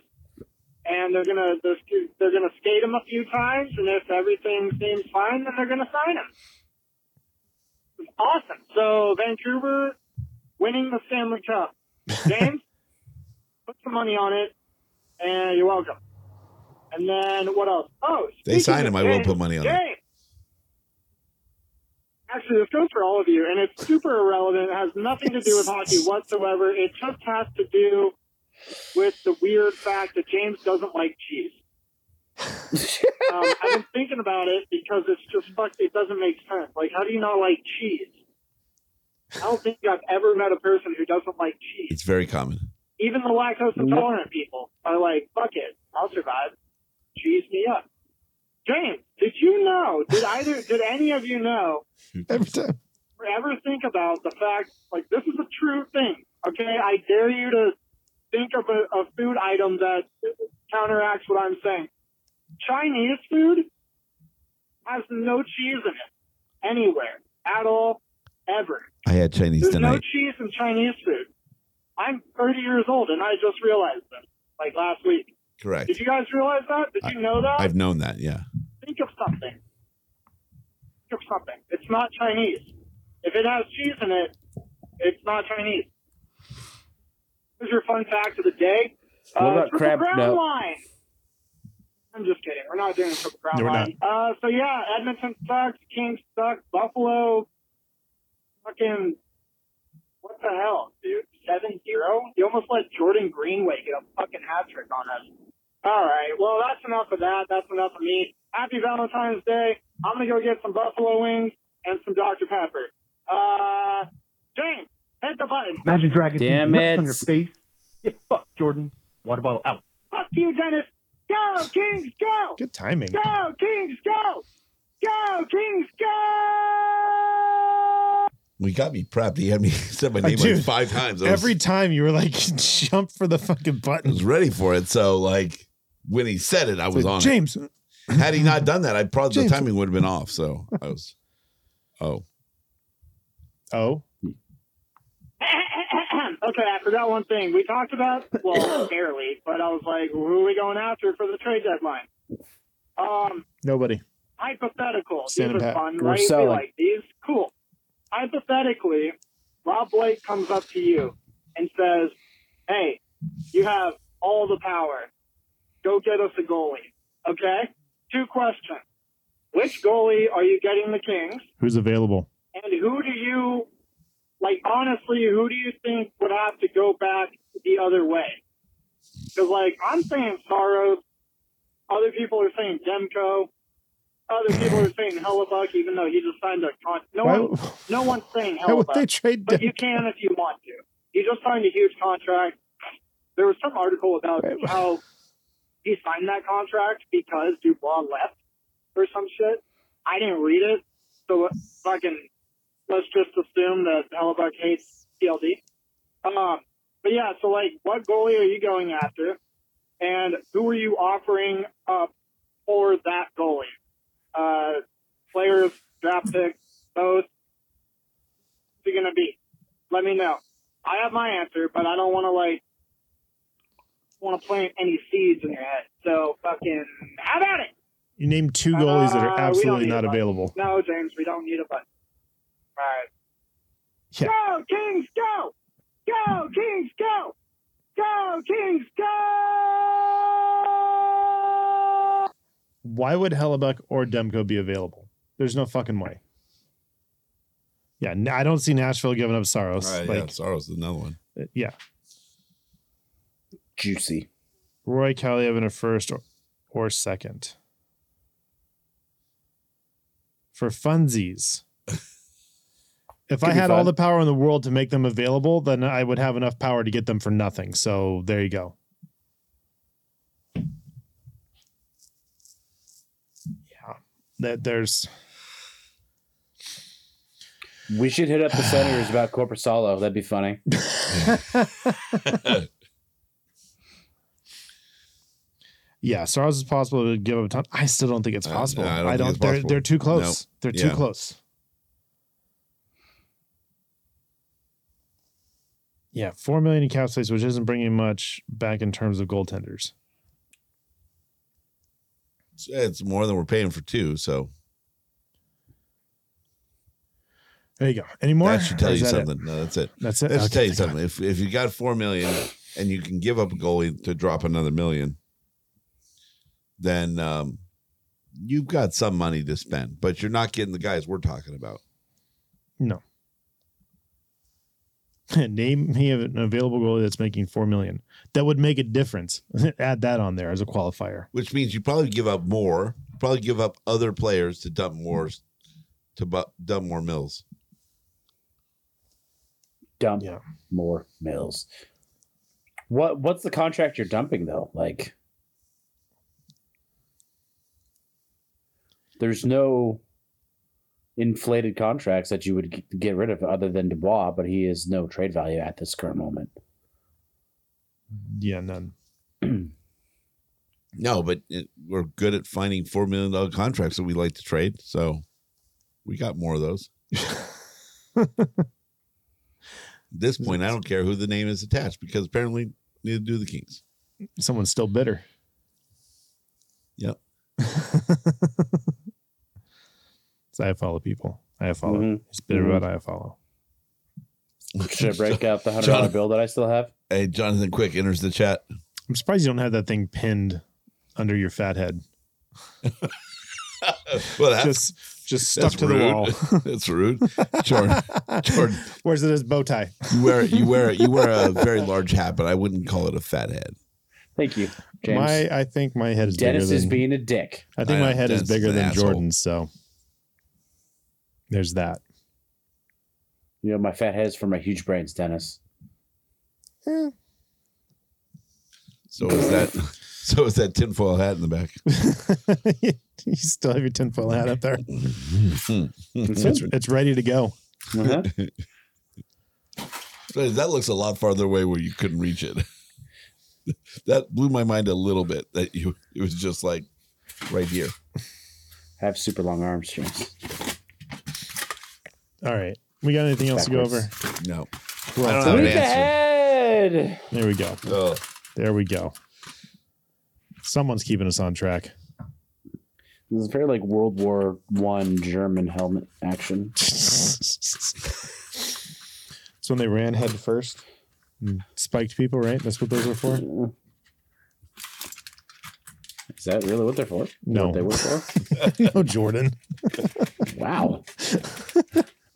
Speaker 10: And they're gonna they're, they're gonna skate him a few times, and if everything seems fine, then they're gonna sign him. It's awesome. So Vancouver winning the Stanley Cup. [laughs] James, put some money on it, and you're welcome. And then what else? Oh,
Speaker 4: They
Speaker 10: speaking
Speaker 4: sign
Speaker 10: of
Speaker 4: him, I will
Speaker 10: James-
Speaker 4: put money on it.
Speaker 10: James! Actually, this goes for all of you, and it's super irrelevant. It has nothing to do with hockey whatsoever. It just has to do with the weird fact that James doesn't like cheese. um, I've been thinking about it because it's just fuck. It doesn't make sense. Like, how do you not like cheese? I don't think I've ever met a person who doesn't like cheese.
Speaker 4: It's very common.
Speaker 10: Even the lactose intolerant people are like, fuck it, I'll survive. Cheese me up. James, did you know? Did either? did any of you know?
Speaker 3: Every time.
Speaker 10: or Ever think about the fact? Like, this is a true thing. Okay, I dare you to think of a, a food item that counteracts what I'm saying. Chinese food has no cheese in it anywhere at all, ever.
Speaker 4: I had Chinese
Speaker 10: There's no
Speaker 4: tonight.
Speaker 10: cheese in Chinese food. I'm 30 years old, and I just realized this, like last week.
Speaker 4: Correct.
Speaker 10: Did you guys realize that? Did you know that?
Speaker 4: I've known that. Yeah.
Speaker 10: Think of something. Think of something. It's not Chinese. If it has cheese in it, it's not Chinese. Here's your fun fact of the day. Uh,
Speaker 7: What about
Speaker 10: Triple
Speaker 7: crab-
Speaker 10: Crown
Speaker 7: no.
Speaker 10: line. I'm just kidding. We're not doing a Triple Crown
Speaker 7: No, we're not.
Speaker 10: line. Uh, so yeah, Edmonton sucks. Kings suck. Buffalo, fucking, what the hell, dude? Seven zero. You almost let Jordan Greenway get a fucking hat trick on us. All right. Well, that's enough of that. That's enough of me. Happy Valentine's Day. I'm gonna go get some buffalo wings and some Dr Pepper. Uh, James, hit the button.
Speaker 11: Imagine dragging
Speaker 7: Damn
Speaker 11: these nuts
Speaker 7: it.
Speaker 11: on your face. Yeah, fuck, Jordan. Water bottle out.
Speaker 10: Fuck you, Dennis. Go Kings, go.
Speaker 2: Good timing.
Speaker 10: Go Kings, go. Go Kings, go.
Speaker 4: We got me prepped. He had me [laughs] said my
Speaker 2: Uh,
Speaker 4: name
Speaker 2: dude,
Speaker 4: like five times. I was,
Speaker 2: Every time you were like, [laughs] jump for the fucking
Speaker 4: I
Speaker 2: button.
Speaker 4: was ready for it. So like when he said it, I was on it.
Speaker 2: James.
Speaker 4: Had he not done that, I probably
Speaker 2: James.
Speaker 4: the timing would have been off. So I was. Oh.
Speaker 2: Oh.
Speaker 10: [coughs] okay, I forgot one thing. We talked about, [coughs] well, barely, but I was like, who are we going after for the trade deadline? Um,
Speaker 2: Nobody.
Speaker 10: hypothetical. These
Speaker 2: Standing
Speaker 10: are
Speaker 2: pat.
Speaker 10: fun,
Speaker 2: We're
Speaker 10: right? We
Speaker 2: selling.
Speaker 10: like these. Cool. Hypothetically, Rob Blake comes up to you and says, hey, you have all the power. Go get us a goalie. Okay? Two questions. Which goalie are you getting the Kings?
Speaker 2: Who's available?
Speaker 10: And who do you, like, honestly, who do you think would have to go back the other way? Because, like, I'm saying Soros. Other people are saying Demko. Other people are saying Hellebuck, even though he just signed a con. No,
Speaker 2: Why-
Speaker 10: one, no one's saying
Speaker 2: [laughs] Why would
Speaker 10: Hellebuck.
Speaker 2: they trade
Speaker 10: but you can if you want to. He just signed a huge contract. There was some article about how he signed that contract because Dubois left or some shit. I didn't read it, so fucking let's just assume that Hellebuck hates TLD. Um, but yeah, so like, what goalie are you going after, and who are you offering up for that goalie? Uh, players, draft picks, both. Who's it gonna be? Let me know. I have my answer, but I don't want to like want to plant any seeds in your head. So fucking, how about it?
Speaker 2: You named two goalies that
Speaker 10: Uh, we
Speaker 2: are
Speaker 10: don't
Speaker 2: absolutely
Speaker 10: need
Speaker 2: not
Speaker 10: a button.
Speaker 2: available.
Speaker 10: No, James, we don't need a button. All right.
Speaker 2: Yeah.
Speaker 10: Go Kings, go! Go Kings, go! Go Kings, go!
Speaker 2: Why would Hellebuck or Demko be available? There's no fucking way. Yeah, n- I don't see Nashville giving up Soros.
Speaker 4: Right, yeah,
Speaker 2: like,
Speaker 4: Sorrow's another one.
Speaker 2: uh, yeah.
Speaker 7: Juicy.
Speaker 2: Roy Kelly having a first or, or second. For funsies.
Speaker 7: [laughs]
Speaker 2: If
Speaker 7: Could
Speaker 2: I
Speaker 7: be
Speaker 2: had all
Speaker 7: fun.
Speaker 2: the power in the world to make them available, then I would have enough power to get them for nothing. So there you go. Yeah. That there's
Speaker 7: We should hit up
Speaker 4: [sighs]
Speaker 7: the Senators about Corpus Solo. That'd be funny.
Speaker 2: yeah, Soros is possible to give up a ton. I still don't think it's
Speaker 4: Uh,
Speaker 2: possible.
Speaker 4: no, I
Speaker 2: I
Speaker 4: don't
Speaker 2: don't,
Speaker 4: think it's
Speaker 2: they're
Speaker 4: possible.
Speaker 2: they're too close.
Speaker 4: Nope.
Speaker 2: They're too
Speaker 4: Yeah.
Speaker 2: close. Yeah, four million in cap space, which isn't bringing much back in terms of goaltenders.
Speaker 4: It's, it's more than we're paying for two. So
Speaker 2: There you go. Any more?
Speaker 4: that should tell
Speaker 2: Or is
Speaker 4: you
Speaker 2: that it?
Speaker 4: something. No, that's it.
Speaker 2: That's it?
Speaker 4: That should
Speaker 2: Okay,
Speaker 4: tell you
Speaker 2: thank
Speaker 4: something. If if you got four million and you can give up a goalie to drop another million, then um, you've got some money to spend, but you're not getting the guys we're talking about.
Speaker 2: No. [laughs] Name me an available goalie that's making four million. That would make a difference. [laughs] Add that on there as a qualifier.
Speaker 4: which means you probably give up more, probably give up other players to dump more, to bu- dump more Mills.
Speaker 5: Dump more Mills. What what's the contract you're dumping though? Like there's no inflated contracts that you would g- get rid of other than Dubois, but he is no trade value at this current moment.
Speaker 2: Yeah, none.
Speaker 4: No, but it, we're good at finding four million dollar contracts that we like to trade, so we got more of [laughs] those. At this point, I don't care who the name is attached because apparently neither do the Kings.
Speaker 2: Someone's still bitter. [laughs]
Speaker 4: Yep.
Speaker 2: It's IFL people. IFL.
Speaker 4: Mm-hmm.
Speaker 5: Mhm.
Speaker 2: It's bitter
Speaker 5: Mhm.
Speaker 2: about IFL.
Speaker 5: Mm-hmm.
Speaker 2: [laughs]
Speaker 5: Should I break out the hundred dollar
Speaker 4: John-
Speaker 5: bill that I still have?
Speaker 4: Hey, Jonathan Quick enters the chat. [laughs]
Speaker 2: I'm surprised you don't have that thing pinned under your fat head.
Speaker 4: Well, that's
Speaker 2: just just stuck
Speaker 4: that's
Speaker 2: to the
Speaker 4: rude.
Speaker 2: wall.
Speaker 4: that's rude, Jordan. [laughs] Jordan,
Speaker 2: [laughs] Where's it as bow tie?
Speaker 4: you wear you wear you wear a very large hat, but I wouldn't call it a fat head.
Speaker 5: Thank you, James.
Speaker 2: My, I think my head is
Speaker 5: Dennis
Speaker 2: bigger
Speaker 5: is
Speaker 2: than,
Speaker 5: being a dick.
Speaker 2: I think
Speaker 4: I
Speaker 2: my
Speaker 4: know,
Speaker 2: head
Speaker 4: Dennis
Speaker 2: is
Speaker 4: is
Speaker 2: bigger
Speaker 4: an
Speaker 2: than
Speaker 4: asshole.
Speaker 2: Jordan's. So there's that. [laughs]
Speaker 5: You know, my fat head is for my huge brains,
Speaker 2: [laughs]
Speaker 5: Dennis.
Speaker 4: So is that so is that tinfoil hat in the back?
Speaker 2: you still have your tinfoil hat up there.
Speaker 4: Hmm.
Speaker 5: Mm-hmm.
Speaker 2: It's,
Speaker 4: That's-
Speaker 2: it's ready to go.
Speaker 5: Uh-huh.
Speaker 4: that looks a lot farther away where you couldn't reach it. [laughs] that blew my mind a little bit. That you it was just like right here.
Speaker 5: I have super long arms, James.
Speaker 2: All right. We got anything else to go
Speaker 5: Backwards.
Speaker 2: over?
Speaker 4: No.
Speaker 2: We're all
Speaker 4: I don't have an
Speaker 2: set.
Speaker 5: Look ahead.
Speaker 2: There we go.
Speaker 4: Oh,
Speaker 2: There we go. Someone's keeping us on
Speaker 4: [laughs]
Speaker 2: track.
Speaker 5: This is very like World War One German helmet action.
Speaker 2: It's when they ran head first and spiked people, right? That's what those
Speaker 4: [laughs]
Speaker 2: were for?
Speaker 5: Is that really what they're for?
Speaker 2: No.
Speaker 5: What they were for?
Speaker 2: no, Jordan.
Speaker 5: Wow.
Speaker 2: [laughs]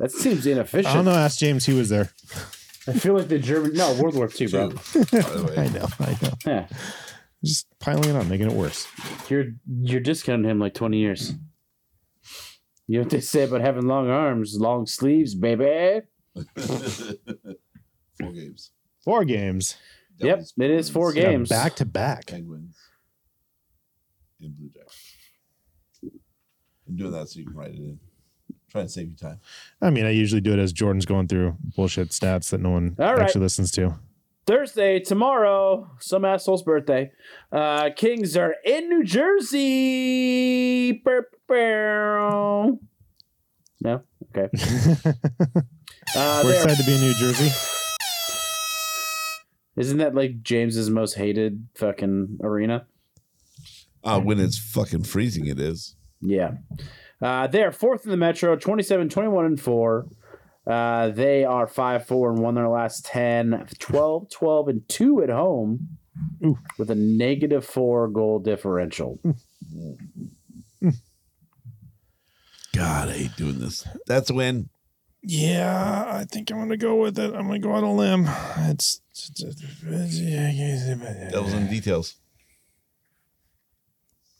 Speaker 5: That seems
Speaker 2: I don't
Speaker 5: inefficient.
Speaker 2: know.
Speaker 5: I,
Speaker 2: Ask James who was there.
Speaker 5: feel like the German. No, World War Two, bro.
Speaker 4: [laughs] by the
Speaker 2: I
Speaker 4: way,
Speaker 2: know. I know.
Speaker 5: Yeah.
Speaker 2: Just piling it on, making it worse.
Speaker 5: You're you're discounting him like twenty years. You know what they say about having long arms, long sleeves, baby.
Speaker 4: four games.
Speaker 2: Four games.
Speaker 5: Yep, it is four
Speaker 2: Yeah,
Speaker 5: games.
Speaker 2: Back to back.
Speaker 4: Penguins and Blue Jackets. I'm doing that so you can write it in. Try and save you time.
Speaker 2: I mean, I usually do it as Jordan's going through bullshit stats that no one
Speaker 5: All right.
Speaker 2: actually listens to. [laughs]
Speaker 5: Thursday, tomorrow, some asshole's birthday. Uh, Kings are in New Jersey. Burp, burp. No? Okay. Uh,
Speaker 2: We're
Speaker 5: they're-
Speaker 2: excited to be in New Jersey.
Speaker 5: Isn't that like James's most hated fucking arena?
Speaker 4: Uh, when it's fucking freezing, it is.
Speaker 5: Yeah. Uh, they're fourth in the Metro, 27, 21, and 4. Uh, they are 5 4 and 1 their last 10, 12, 12, and 2 at home
Speaker 2: Ooh.
Speaker 5: with a negative 4 goal differential.
Speaker 4: God, I hate doing this. That's when
Speaker 2: Yeah, I think I'm gonna go with it. I'm gonna go out on a limb. It's,
Speaker 4: devils in details.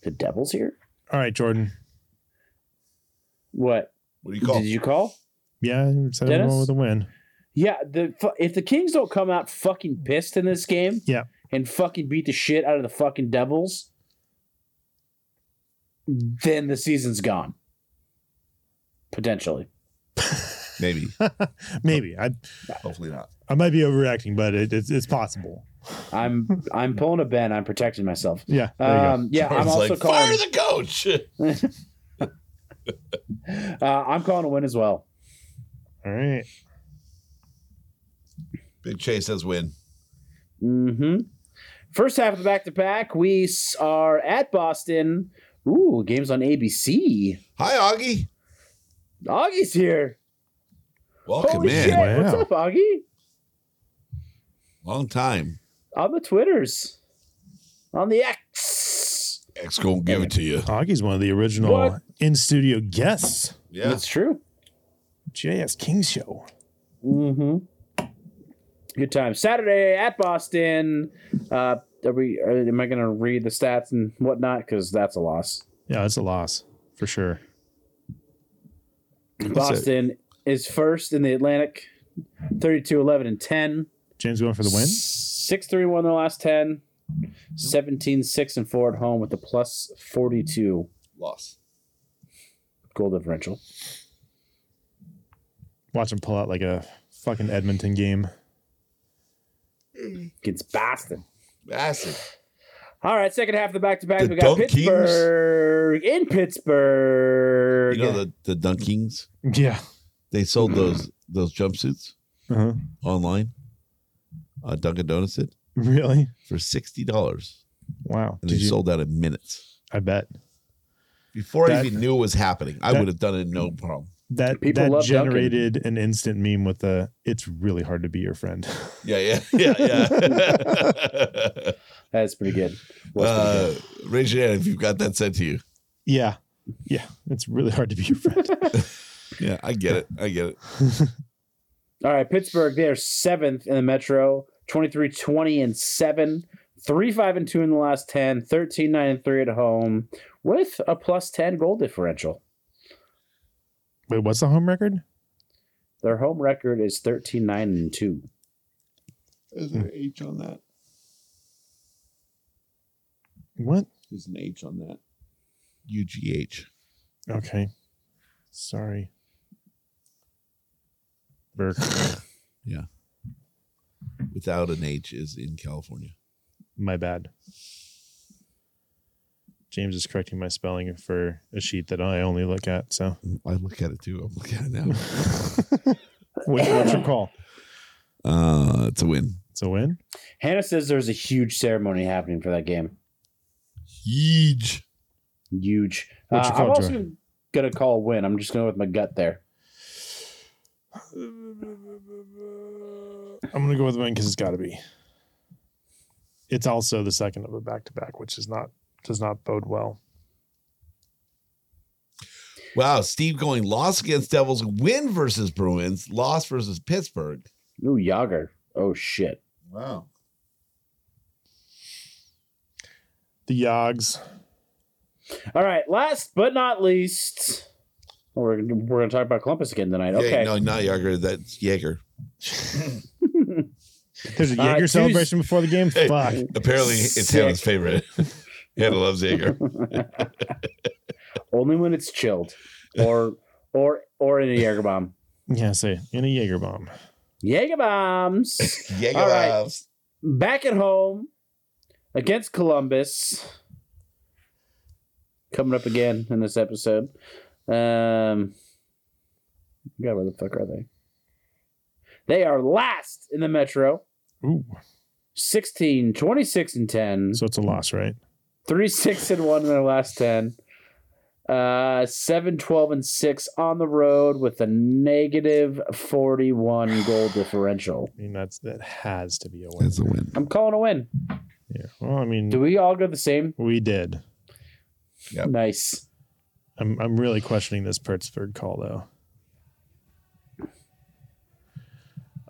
Speaker 5: The Devils here?
Speaker 2: all right, Jordan.
Speaker 5: What?
Speaker 4: What do you call?
Speaker 5: Did you call?
Speaker 2: Yeah, you said I'm
Speaker 5: Dennis?
Speaker 2: going with a win.
Speaker 5: Yeah, the fu- if the Kings don't come out fucking pissed in this game,
Speaker 2: Yeah.
Speaker 5: and fucking beat the shit out of the fucking Devils, then the season's gone. Potentially,
Speaker 4: Maybe.
Speaker 2: [laughs] Maybe I
Speaker 4: Hopefully not.
Speaker 2: I might be overreacting, but it, it's it's possible. [laughs]
Speaker 5: I'm I'm pulling a Ben. I'm protecting myself.
Speaker 2: Yeah, there you go.
Speaker 5: Um, yeah, I'm
Speaker 4: It's
Speaker 5: also
Speaker 4: like,
Speaker 5: calling.
Speaker 4: fire the coach.
Speaker 5: [laughs] uh, I'm calling a win as well.
Speaker 2: All right,
Speaker 4: Big Chase says win.
Speaker 5: hmm First half of the back to back, we s- are at Boston. Ooh, games on ABC.
Speaker 4: Hi, Augie.
Speaker 5: Augie's here.
Speaker 4: Welcome
Speaker 5: Holy
Speaker 4: in.
Speaker 5: shit! What's
Speaker 2: Wow.
Speaker 5: up, Augie?
Speaker 4: Long time.
Speaker 5: on the Twitters, on the X.
Speaker 4: X gonna give it to you.
Speaker 2: Augie's one of the original
Speaker 5: What?
Speaker 2: in studio guests.
Speaker 4: Yeah.
Speaker 5: That's true.
Speaker 2: JS King Show.
Speaker 5: Mm-hmm. Good time. Saturday at Boston. Uh, are we? Are, am I going to read the stats and whatnot? Because that's a loss.
Speaker 2: Yeah, it's a loss for sure.
Speaker 5: Boston is first in the Atlantic, 32 11 and 10.
Speaker 2: James going for the win?
Speaker 5: 6 3 1 the last 10, 17 6 and 4 at home with a plus 42
Speaker 4: loss
Speaker 5: goal differential.
Speaker 2: Watch him pull out like a fucking Edmonton game.
Speaker 5: Against Boston.
Speaker 4: Boston.
Speaker 5: All right, second half of the back to back.
Speaker 4: The
Speaker 5: We got
Speaker 4: Dunkings?
Speaker 5: Pittsburgh in Pittsburgh.
Speaker 4: You know the the Dunkings.
Speaker 2: Yeah.
Speaker 4: They sold those those jumpsuits
Speaker 2: Uh-huh.
Speaker 4: online. Uh, Dunkin' Donuts did
Speaker 2: Really?
Speaker 4: for sixty dollars,
Speaker 2: Wow.
Speaker 4: and
Speaker 2: Did
Speaker 4: they
Speaker 2: you-
Speaker 4: sold out in minutes.
Speaker 2: I bet.
Speaker 4: Before I
Speaker 2: That-
Speaker 4: even knew it was happening, I
Speaker 2: that-
Speaker 4: would have done it no problem.
Speaker 2: That
Speaker 5: People
Speaker 2: that
Speaker 5: love Dunkin'.
Speaker 2: generated an instant meme with the it's really hard to be your friend. [laughs]
Speaker 4: Yeah, yeah, [laughs] yeah, yeah.
Speaker 5: That's pretty good.
Speaker 4: Uh, raise your hand if you've got that sent to you.
Speaker 2: yeah. Yeah. It's really hard to be
Speaker 5: [laughs]
Speaker 2: your friend.
Speaker 4: Yeah, I get it. I get it.
Speaker 5: All right, Pittsburgh, they are seventh in the Metro, 23 20 and 7, 3 5 and 2 in the last 10, 13 9 and 3 at home, with a plus 10 goal differential.
Speaker 2: Wait, what's the home record?
Speaker 5: Their home record is 13 9 and 2.
Speaker 4: There's an H on that.
Speaker 2: What?
Speaker 4: There's an H on that. U G H.
Speaker 2: Okay. Sorry. Burke. [laughs]
Speaker 4: Yeah. Without an H is in California.
Speaker 2: My bad. James is correcting my spelling for a sheet that I only look at. So, [laughs]
Speaker 4: I look at it too. I'm looking at it now.
Speaker 2: What- what's your call?
Speaker 4: Uh, it's a win.
Speaker 2: It's a win.
Speaker 5: Hannah says there's a huge ceremony happening for that game.
Speaker 4: Huge.
Speaker 5: Huge. Uh,
Speaker 2: What's your
Speaker 5: I'm
Speaker 2: call,
Speaker 5: also
Speaker 2: Troy?
Speaker 5: going to call a win. I'm just going to go with my gut there.
Speaker 2: I'm gonna go with win because it's got to be. It's also the second of a back to back, which is not does not bode well.
Speaker 4: Wow. Steve going loss against Devils, win versus Bruins, loss versus Pittsburgh.
Speaker 5: Ooh, Yager. Oh, shit.
Speaker 4: Wow.
Speaker 2: The Yogs.
Speaker 5: All right, last but not least, Oh, we're, we're going to talk about Columbus again tonight. Okay. [laughs]
Speaker 4: Yeah, no, not Yager. That's Jaeger. [laughs]
Speaker 2: There's a
Speaker 5: Uh,
Speaker 2: Jaeger
Speaker 5: two-
Speaker 2: celebration before the game. Fuck.
Speaker 4: Apparently, it's Hannah's favorite. [laughs] Hannah loves Jaeger.
Speaker 5: [laughs] Only when it's chilled, or or or in a Jaeger bomb.
Speaker 2: Yeah, say in a Jaeger bomb.
Speaker 5: Jaeger bombs.
Speaker 4: [laughs] Jaeger
Speaker 5: All right.
Speaker 4: loves.
Speaker 5: Back at home against Columbus. Coming up again in this episode. Um, God, where the fuck are they? They are last in the Metro.
Speaker 2: Ooh,
Speaker 5: 16, 26, and 10.
Speaker 2: so it's a loss, right?
Speaker 5: three six and one in their last ten. Uh, seven twelve and six on the road with a negative forty one goal differential.
Speaker 2: I mean, that's that has to be a win.
Speaker 4: That's a win.
Speaker 5: I'm calling a win.
Speaker 2: Yeah. Well, I mean,
Speaker 5: Do we all go the same?
Speaker 2: we did.
Speaker 4: Yep.
Speaker 5: Nice.
Speaker 2: I'm I'm really questioning this Pittsburgh call though.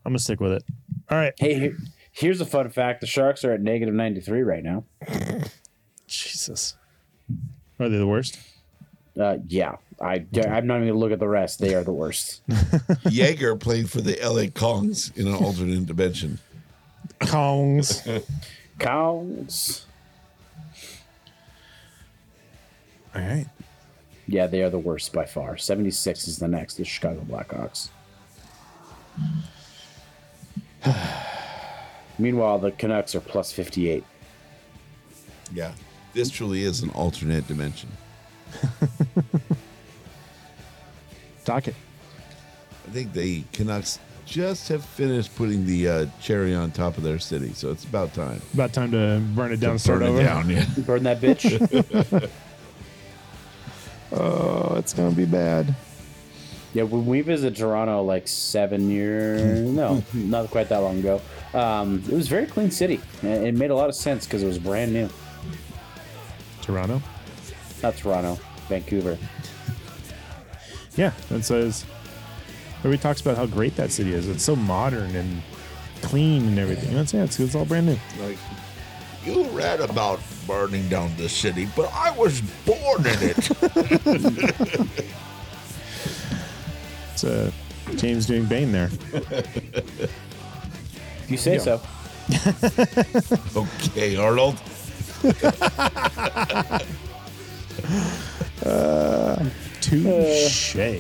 Speaker 2: I'm gonna stick with it. All right.
Speaker 5: Hey, here- here's a fun fact: the Sharks are at negative ninety three right now.
Speaker 2: Jesus. Are they the worst?
Speaker 5: Uh, yeah, I I'm not even gonna look at the rest. They are the
Speaker 2: [laughs]
Speaker 5: worst.
Speaker 4: Jaeger played for the LA Kongs in an alternate [laughs] dimension.
Speaker 2: Kongs.
Speaker 4: [laughs]
Speaker 5: Counts.
Speaker 2: All right.
Speaker 5: Yeah, they are the worst by far. Seventy six is the next. The Chicago Blackhawks. [sighs] Meanwhile, the Canucks are plus fifty eight.
Speaker 4: Yeah. This truly is an alternate dimension.
Speaker 2: Dock it.
Speaker 4: I think the Canucks just have finished putting the uh, cherry on top of their city, so it's about time.
Speaker 2: About time to burn it down, and start
Speaker 4: Burn it
Speaker 2: over.
Speaker 4: down, yeah.
Speaker 5: Burn that bitch.
Speaker 2: Oh, it's gonna be bad.
Speaker 5: yeah, when we visited Toronto like seven years,
Speaker 2: [laughs]
Speaker 5: no, not quite that long ago, um, it was a very clean city. And It made a lot of sense because it was brand new.
Speaker 2: Toronto.
Speaker 5: Not Toronto, Vancouver.
Speaker 2: Yeah, and says everybody talks about how great that city is. It's so modern and clean and everything. That's it. It's, it's all brand new.
Speaker 4: Like, [laughs] you read about burning down the city, but I was born in it.
Speaker 2: It's uh, James doing Bane there.
Speaker 5: You say
Speaker 2: Yeah.
Speaker 5: so.
Speaker 4: [laughs] okay, Arnold.
Speaker 2: Uh, touche.
Speaker 4: Uh.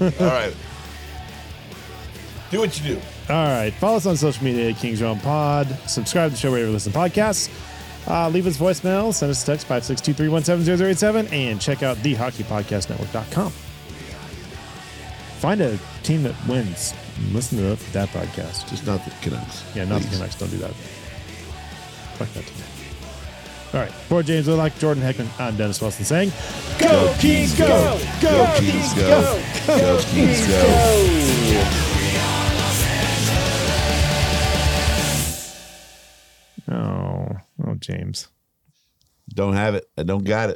Speaker 4: All right. Do what you do.
Speaker 2: All right. Follow us on social media at Kings Realm Pod. Subscribe to the show wherever you listen to podcasts. Uh, leave us voicemail. Send us a text 562-317-0087 and check out thehockeypodcastnetwork.com. Find a team that wins. and Listen to that podcast.
Speaker 4: Just not the Canucks.
Speaker 2: Yeah, not the
Speaker 4: please.
Speaker 2: Canucks. Don't do that. Fuck that. All right. For James Whitlock, Jordan Heckman, I'm Dennis Wilson saying, Go Kings, go! Go Kings, go! Go Kings, go! Oh, oh, James. Oh,
Speaker 4: Don't have it. I don't got it.